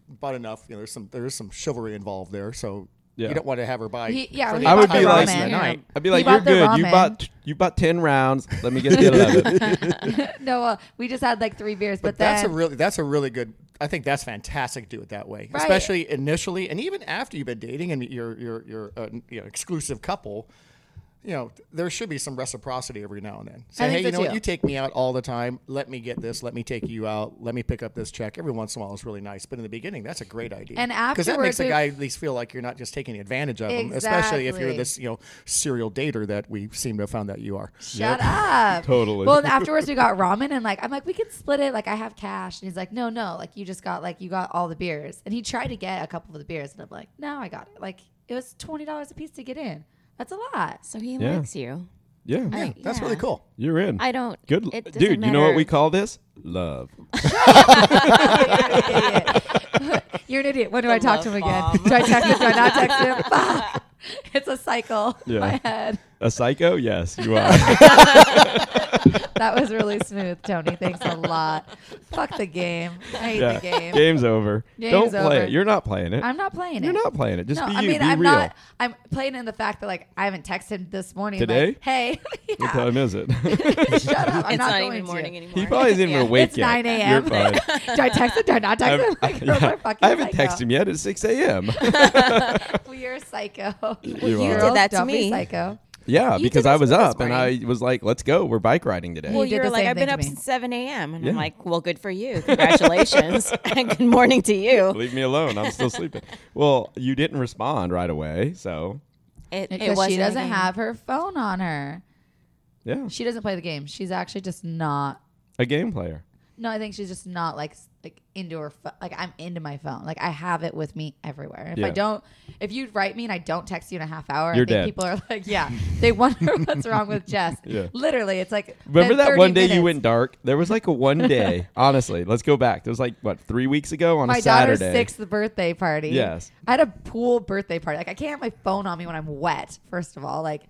[SPEAKER 4] bought enough. You know, there's some there's some chivalry involved there, so
[SPEAKER 2] Yeah.
[SPEAKER 4] You don't want to have her buy.
[SPEAKER 1] He- yeah,
[SPEAKER 4] for
[SPEAKER 1] or
[SPEAKER 4] the
[SPEAKER 1] he I would
[SPEAKER 4] entire
[SPEAKER 2] be like-
[SPEAKER 4] rest of the
[SPEAKER 2] Yeah.
[SPEAKER 4] night.
[SPEAKER 2] I'd be
[SPEAKER 1] He
[SPEAKER 2] like,
[SPEAKER 1] bought
[SPEAKER 2] you're
[SPEAKER 1] the
[SPEAKER 2] good. You
[SPEAKER 1] ramen."
[SPEAKER 2] bought you bought ten rounds. Let me get (laughs) the
[SPEAKER 1] (laughs)
[SPEAKER 2] eleven.
[SPEAKER 1] no, uh, we just had like three beers, but,
[SPEAKER 4] But that's a
[SPEAKER 1] then
[SPEAKER 4] really that's a really good. I think that's fantastic. to Do it that way,
[SPEAKER 1] Right.
[SPEAKER 4] especially initially, and even after you've been dating and you're you're you're an you know, exclusive couple. You know, there should be some reciprocity every now and then. Say,
[SPEAKER 1] think
[SPEAKER 4] hey,
[SPEAKER 1] so
[SPEAKER 4] you know what?
[SPEAKER 1] too.
[SPEAKER 4] You take me out all the time. Let me get this. Let me take you out. Let me pick up this check. Every once in a while is really nice. But in the beginning, that's a great idea.
[SPEAKER 1] And
[SPEAKER 4] because that
[SPEAKER 1] afterwards,
[SPEAKER 4] makes the
[SPEAKER 1] we-
[SPEAKER 4] guy at least feel like you're not just taking advantage of him, especially if you're
[SPEAKER 1] Exactly.
[SPEAKER 4] this you know serial dater that we seem to have found that you are.
[SPEAKER 1] shut up.
[SPEAKER 2] (laughs) Totally.
[SPEAKER 1] Well, and afterwards we got ramen, and like I'm like, we can split it. Like I have cash, and he's like, no, no. Like you just got like you got all the beers, and he tried to get a couple of the beers, and I'm like, no, I got it. Like it was twenty dollars a piece to get in. That's a lot.
[SPEAKER 3] So he
[SPEAKER 2] Yeah.
[SPEAKER 3] likes you.
[SPEAKER 2] yeah,
[SPEAKER 4] Yeah, that's really
[SPEAKER 3] yeah.
[SPEAKER 4] cool.
[SPEAKER 2] you're in.
[SPEAKER 3] I don't.
[SPEAKER 2] Good,
[SPEAKER 3] it doesn't
[SPEAKER 2] dude. You know what
[SPEAKER 3] matter.
[SPEAKER 2] we call this? Love.
[SPEAKER 1] You're an idiot. (laughs) When do I talk
[SPEAKER 3] love
[SPEAKER 1] to him
[SPEAKER 3] bomb.
[SPEAKER 1] again? Do I text him? Do I not text
[SPEAKER 3] (laughs)
[SPEAKER 1] him? Fuck. It's a cycle in
[SPEAKER 2] Yeah.
[SPEAKER 1] my head.
[SPEAKER 2] A psycho? Yes, you
[SPEAKER 1] (laughs)
[SPEAKER 2] are.
[SPEAKER 1] That was really smooth, Tony. Thanks a lot. Fuck the game. I hate
[SPEAKER 2] yeah.
[SPEAKER 1] the game.
[SPEAKER 2] Game's over.
[SPEAKER 1] Game's
[SPEAKER 2] don't play
[SPEAKER 1] over.
[SPEAKER 2] it. You're not playing it.
[SPEAKER 1] I'm not playing
[SPEAKER 2] You're
[SPEAKER 1] it.
[SPEAKER 2] not playing it. Just
[SPEAKER 1] no,
[SPEAKER 2] be you.
[SPEAKER 1] I mean,
[SPEAKER 2] be
[SPEAKER 1] I'm
[SPEAKER 2] real.
[SPEAKER 1] not. I'm playing in the fact that like I haven't texted this morning.
[SPEAKER 2] Today?
[SPEAKER 1] Like, hey, (laughs)
[SPEAKER 2] What
[SPEAKER 1] yeah,
[SPEAKER 2] time is it?
[SPEAKER 1] (laughs) shut up. I'm
[SPEAKER 3] it's
[SPEAKER 1] not,
[SPEAKER 3] not,
[SPEAKER 1] going
[SPEAKER 3] even
[SPEAKER 1] to.
[SPEAKER 3] morning anymore.
[SPEAKER 2] he probably isn't even
[SPEAKER 3] Yeah.
[SPEAKER 2] awake
[SPEAKER 1] It's
[SPEAKER 2] yet.
[SPEAKER 1] 9 a.m.
[SPEAKER 2] You're fine.
[SPEAKER 1] (laughs) Do I text him? Do I not text
[SPEAKER 2] I'm-
[SPEAKER 1] him? Like,
[SPEAKER 2] yeah.
[SPEAKER 1] girls are fucking
[SPEAKER 2] (laughs) I haven't
[SPEAKER 1] psycho.
[SPEAKER 2] texted him yet. It's
[SPEAKER 1] (laughs)
[SPEAKER 2] 6 a.m.
[SPEAKER 1] We are psycho.
[SPEAKER 2] you
[SPEAKER 3] you
[SPEAKER 2] are.
[SPEAKER 3] did that to
[SPEAKER 1] Don't be
[SPEAKER 3] me.
[SPEAKER 1] Psycho.
[SPEAKER 2] (laughs) yeah,
[SPEAKER 3] You
[SPEAKER 2] because
[SPEAKER 3] did
[SPEAKER 2] I
[SPEAKER 3] this
[SPEAKER 2] was
[SPEAKER 3] this
[SPEAKER 2] up and I
[SPEAKER 3] morning.
[SPEAKER 2] was like, let's go. We're bike riding today.
[SPEAKER 3] Well,
[SPEAKER 1] did
[SPEAKER 3] you're
[SPEAKER 1] the
[SPEAKER 3] like,
[SPEAKER 1] same
[SPEAKER 3] I've
[SPEAKER 1] thing
[SPEAKER 3] been
[SPEAKER 1] to
[SPEAKER 3] up
[SPEAKER 1] me.
[SPEAKER 3] since 7 a.m. And I'm
[SPEAKER 2] Yeah.
[SPEAKER 3] like, well, good for you.
[SPEAKER 2] (laughs)
[SPEAKER 3] Congratulations. (laughs) and good morning to
[SPEAKER 2] (laughs)
[SPEAKER 3] you.
[SPEAKER 2] Leave me alone. I'm
[SPEAKER 1] (laughs)
[SPEAKER 2] still sleeping. Well, you didn't respond right away. So,
[SPEAKER 3] It, it
[SPEAKER 1] Because
[SPEAKER 3] wasn't
[SPEAKER 1] she doesn't
[SPEAKER 3] anything-
[SPEAKER 1] have her phone on her.
[SPEAKER 2] yeah,
[SPEAKER 1] She doesn't play the game. She's actually just not.
[SPEAKER 2] a game player.
[SPEAKER 1] No, I think she's just not like s- like into her pho- like I'm into my phone. Like I have it with me everywhere. If
[SPEAKER 2] Yeah.
[SPEAKER 1] I don't, if you write me and I don't text you in a half hour,
[SPEAKER 2] You're
[SPEAKER 1] I think
[SPEAKER 2] dead.
[SPEAKER 1] people are like, yeah, they wonder (laughs) what's wrong with Jess.
[SPEAKER 2] Yeah.
[SPEAKER 1] Literally, it's like
[SPEAKER 2] Remember
[SPEAKER 1] been
[SPEAKER 2] that
[SPEAKER 1] 30
[SPEAKER 2] one day you
[SPEAKER 1] minutes.
[SPEAKER 2] went dark? There was like a one
[SPEAKER 1] (laughs)
[SPEAKER 2] day. honestly, let's go back. There was like what three weeks ago on
[SPEAKER 1] My
[SPEAKER 2] a Saturday.
[SPEAKER 1] daughter's sixth birthday party.
[SPEAKER 2] Yes.
[SPEAKER 1] I had a pool birthday party. Like I can't have my phone on me when I'm wet. First of all, like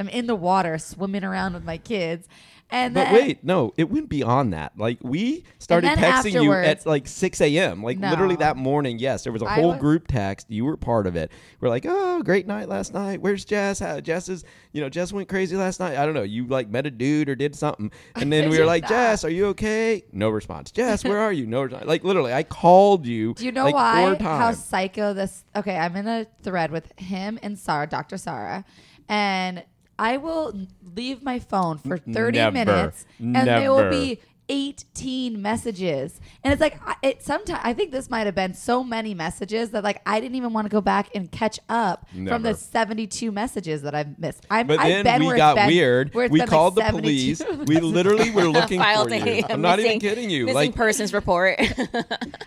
[SPEAKER 1] I'm in the water swimming around with my kids, and
[SPEAKER 2] But
[SPEAKER 1] then,
[SPEAKER 2] wait, no, it went beyond that. Like we started
[SPEAKER 1] then
[SPEAKER 2] texting you at
[SPEAKER 1] afterwards-
[SPEAKER 2] like six a.m. Like
[SPEAKER 1] No.
[SPEAKER 2] literally that morning. Yes, there was a
[SPEAKER 1] I
[SPEAKER 2] whole
[SPEAKER 1] wa-
[SPEAKER 2] group text. You were part of it. We're like, oh, great night last night. Where's Jess? How, Jess is, you know, Jess went crazy last night. I don't know. You like met a dude or did something,
[SPEAKER 1] (laughs)
[SPEAKER 2] and then we were
[SPEAKER 1] did
[SPEAKER 2] like,
[SPEAKER 1] not.
[SPEAKER 2] Jess, are you okay? No
[SPEAKER 1] (laughs)
[SPEAKER 2] response. Jess, where are you? No response. Like literally, I called you.
[SPEAKER 1] Do you know
[SPEAKER 2] like, Four
[SPEAKER 1] why? How
[SPEAKER 2] times.
[SPEAKER 1] psycho this? Okay, I'm in a thread with him and Sarah, Dr. Sarah, and I will leave my phone for 30
[SPEAKER 2] Never.
[SPEAKER 1] minutes, and there
[SPEAKER 2] Never.
[SPEAKER 1] will be 18 messages, and it's like I- it. Sometimes I think this might have been so many messages that like I didn't even want to go back and catch up from
[SPEAKER 2] Never.
[SPEAKER 1] the 72 messages that I've missed. I'm,
[SPEAKER 2] But
[SPEAKER 1] I've
[SPEAKER 2] then
[SPEAKER 1] been where
[SPEAKER 2] we
[SPEAKER 1] it's
[SPEAKER 2] got
[SPEAKER 1] been-
[SPEAKER 2] weird.
[SPEAKER 1] where it's
[SPEAKER 2] We
[SPEAKER 1] been, like,
[SPEAKER 2] called the
[SPEAKER 1] 72
[SPEAKER 2] police.
[SPEAKER 1] (laughs)
[SPEAKER 2] We literally were looking
[SPEAKER 3] Filed
[SPEAKER 2] for
[SPEAKER 3] a
[SPEAKER 2] you.
[SPEAKER 3] (laughs)
[SPEAKER 2] I'm not even
[SPEAKER 3] missing-
[SPEAKER 2] kidding you.
[SPEAKER 3] Missing
[SPEAKER 2] Like (laughs)
[SPEAKER 3] persons report.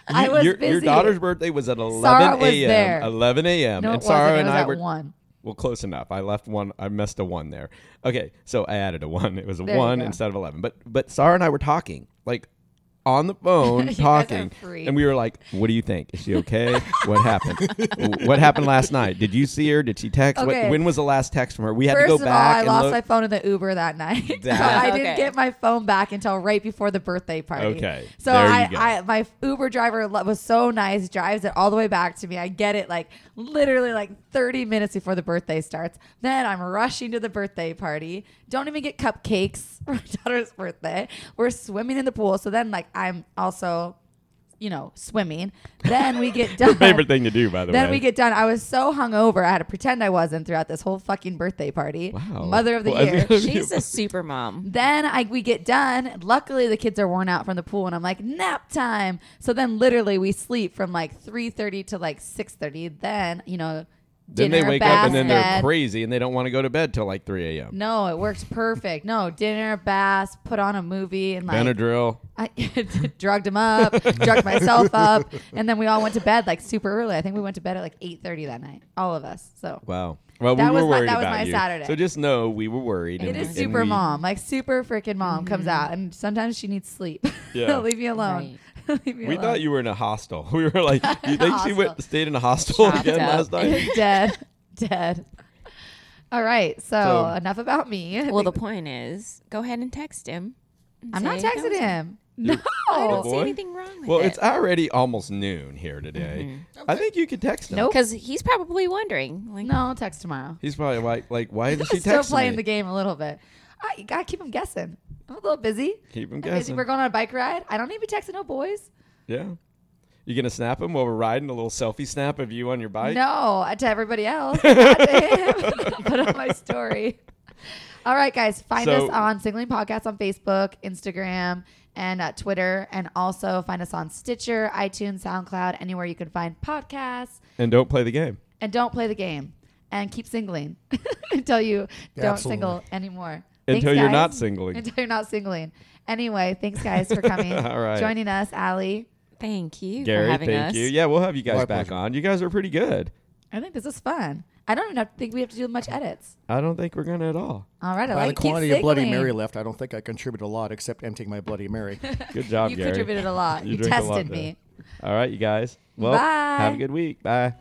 [SPEAKER 1] I
[SPEAKER 2] You-
[SPEAKER 1] was
[SPEAKER 2] your,
[SPEAKER 1] busy.
[SPEAKER 2] your daughter's birthday was at 11
[SPEAKER 1] Sarah was
[SPEAKER 2] a.m.
[SPEAKER 1] there.
[SPEAKER 2] 11 a.m.
[SPEAKER 1] No, it
[SPEAKER 2] and
[SPEAKER 1] wasn't.
[SPEAKER 2] Sarah
[SPEAKER 1] It
[SPEAKER 2] and
[SPEAKER 1] was
[SPEAKER 2] I
[SPEAKER 1] at
[SPEAKER 2] were
[SPEAKER 1] one.
[SPEAKER 2] well close enough. I left one. I missed a one there. Okay, so I added a one. It was a
[SPEAKER 1] There you
[SPEAKER 2] one
[SPEAKER 1] go.
[SPEAKER 2] instead of 11. But but Sarah and I were talking like
[SPEAKER 1] (laughs)
[SPEAKER 2] on the phone
[SPEAKER 1] You guys are
[SPEAKER 2] talking,
[SPEAKER 1] free.
[SPEAKER 2] and we were like, "What do you think? Is she okay? what happened? (laughs) W- what happened last night? Did you see her? Did she text? What-
[SPEAKER 1] Okay.
[SPEAKER 2] when was the last text from her? We had
[SPEAKER 1] First
[SPEAKER 2] to
[SPEAKER 1] of
[SPEAKER 2] go
[SPEAKER 1] all,
[SPEAKER 2] back
[SPEAKER 1] I
[SPEAKER 2] and
[SPEAKER 1] lost
[SPEAKER 2] look.
[SPEAKER 1] my phone in the Uber that night. (laughs) so
[SPEAKER 2] That-
[SPEAKER 1] I didn't
[SPEAKER 3] Okay.
[SPEAKER 1] get my phone back until right before the birthday party.
[SPEAKER 2] Okay,
[SPEAKER 1] So
[SPEAKER 2] there you
[SPEAKER 1] I,
[SPEAKER 2] go.
[SPEAKER 1] I my Uber driver lo- was so nice, drives it all the way back to me. I get it like literally like 30 minutes before the birthday starts. Then I'm rushing to the birthday party. Don't even get cupcakes (laughs) for my daughter's birthday. We're swimming in the pool. So then like I'm also you know, swimming. Then we
[SPEAKER 2] (laughs)
[SPEAKER 1] get done.
[SPEAKER 2] Favorite thing to do, by the
[SPEAKER 1] Then
[SPEAKER 2] way.
[SPEAKER 1] we get done. I was so hungover. I had to pretend I wasn't throughout this whole fucking birthday party.
[SPEAKER 2] Wow.
[SPEAKER 1] Mother of the
[SPEAKER 2] Well, I
[SPEAKER 1] year.
[SPEAKER 2] mean- (laughs)
[SPEAKER 3] She's a super mom.
[SPEAKER 1] then I we get done. Luckily, the kids are worn out from the pool, and I'm like nap time. So then, literally, we sleep from like 3:30 to like 6:30. Then you know,
[SPEAKER 2] then
[SPEAKER 1] dinner,
[SPEAKER 2] they wake
[SPEAKER 1] bath,
[SPEAKER 2] up and then they're
[SPEAKER 1] bed.
[SPEAKER 2] crazy and they don't want to go to bed till like 3 a.m.
[SPEAKER 1] No, it worked perfect. No dinner, bath, put on a movie, and like
[SPEAKER 2] Benadryl.
[SPEAKER 1] I (laughs) drugged him up, drugged myself
[SPEAKER 2] (laughs)
[SPEAKER 1] up, and then we all went to bed like super early. I think we went to bed at like eight thirty that night, all of us. So
[SPEAKER 2] Wow. Well,
[SPEAKER 1] That
[SPEAKER 2] we were
[SPEAKER 1] was my-
[SPEAKER 2] worried
[SPEAKER 1] that was
[SPEAKER 2] about
[SPEAKER 1] my
[SPEAKER 2] you.
[SPEAKER 1] Saturday.
[SPEAKER 2] So just know we were worried.
[SPEAKER 1] it
[SPEAKER 2] and
[SPEAKER 1] is
[SPEAKER 2] we-
[SPEAKER 1] super
[SPEAKER 2] and we-
[SPEAKER 1] mom, like super freaking mom comes out, and sometimes she needs sleep. (laughs)
[SPEAKER 2] Yeah.
[SPEAKER 1] leave me alone. (laughs) leave me
[SPEAKER 2] We
[SPEAKER 1] alone.
[SPEAKER 2] thought you were in a hostel. (laughs) We were
[SPEAKER 1] (laughs)
[SPEAKER 2] like, "Do you think she went
[SPEAKER 1] Hostel.
[SPEAKER 2] stayed in a hostel
[SPEAKER 3] Chopped
[SPEAKER 2] again
[SPEAKER 3] up.
[SPEAKER 1] (laughs)
[SPEAKER 2] last night?"
[SPEAKER 1] dead, dead. All right, so,
[SPEAKER 2] So-
[SPEAKER 1] enough about me. I (laughs)
[SPEAKER 3] Well, the
[SPEAKER 1] think-
[SPEAKER 3] point is, go ahead and text him. and
[SPEAKER 1] I'm not
[SPEAKER 3] say, "That
[SPEAKER 1] texting
[SPEAKER 3] was-
[SPEAKER 1] him.
[SPEAKER 2] No.
[SPEAKER 3] I don't see anything wrong with
[SPEAKER 2] Well,
[SPEAKER 3] it.
[SPEAKER 2] it's already almost noon here today. I think you could text him.
[SPEAKER 1] Mm-hmm. Nope.
[SPEAKER 3] because he's probably wondering. Like,
[SPEAKER 1] No, text tomorrow.
[SPEAKER 2] He's probably like, like
[SPEAKER 1] (laughs)
[SPEAKER 2] why did she
[SPEAKER 1] Still
[SPEAKER 2] text
[SPEAKER 1] playing
[SPEAKER 2] me?
[SPEAKER 1] the game a little bit. I, you gotta keep him guessing. I'm a little busy.
[SPEAKER 2] Keep him
[SPEAKER 1] I'm busy.
[SPEAKER 2] guessing.
[SPEAKER 1] We're going on a bike ride. I don't need to be texting no boys.
[SPEAKER 2] Yeah. You gonna snap him while we're riding a little selfie snap of you on your bike?
[SPEAKER 1] no, uh, to everybody
[SPEAKER 2] (laughs)
[SPEAKER 1] else. (laughs) Not to him. Put on my story. All right, guys. Find
[SPEAKER 2] So-
[SPEAKER 1] us on Singling Podcast on Facebook, Instagram, and uh, Twitter. And also find us on Stitcher, iTunes, SoundCloud, anywhere you can find podcasts.
[SPEAKER 2] And don't play the game.
[SPEAKER 1] And don't play the game. And keep singling (laughs) until you don't
[SPEAKER 4] Absolutely.
[SPEAKER 1] single anymore.
[SPEAKER 2] Until
[SPEAKER 1] Thanks,
[SPEAKER 2] you're not
[SPEAKER 1] guys.
[SPEAKER 2] singling.
[SPEAKER 1] Until you're not singling. Anyway, thanks, guys, for coming.
[SPEAKER 2] (laughs) All right.
[SPEAKER 1] Joining us, Allie.
[SPEAKER 3] thank you
[SPEAKER 2] Gary,
[SPEAKER 3] for having
[SPEAKER 2] thank
[SPEAKER 3] us.
[SPEAKER 2] you. Yeah, we'll have you guys
[SPEAKER 4] My
[SPEAKER 2] back
[SPEAKER 4] pleasure.
[SPEAKER 2] on. You guys are pretty good.
[SPEAKER 1] I think this is fun. I don't even have, think we have to do much edits.
[SPEAKER 2] I don't think we're gonna
[SPEAKER 1] (laughs)
[SPEAKER 2] at all.
[SPEAKER 1] All right, I
[SPEAKER 4] By
[SPEAKER 1] like
[SPEAKER 4] the
[SPEAKER 1] keep
[SPEAKER 4] quantity of Bloody
[SPEAKER 1] signaling.
[SPEAKER 4] Mary left, I don't think I contributed a lot except emptying my Bloody Mary.
[SPEAKER 2] Good job,
[SPEAKER 1] You
[SPEAKER 2] Gary.
[SPEAKER 4] (laughs)
[SPEAKER 1] contributed a lot.
[SPEAKER 2] You
[SPEAKER 1] you
[SPEAKER 2] drink a lot
[SPEAKER 1] tested
[SPEAKER 2] there.
[SPEAKER 1] me.
[SPEAKER 2] All right, you guys. Well,
[SPEAKER 1] Bye.
[SPEAKER 2] have a good week. Bye.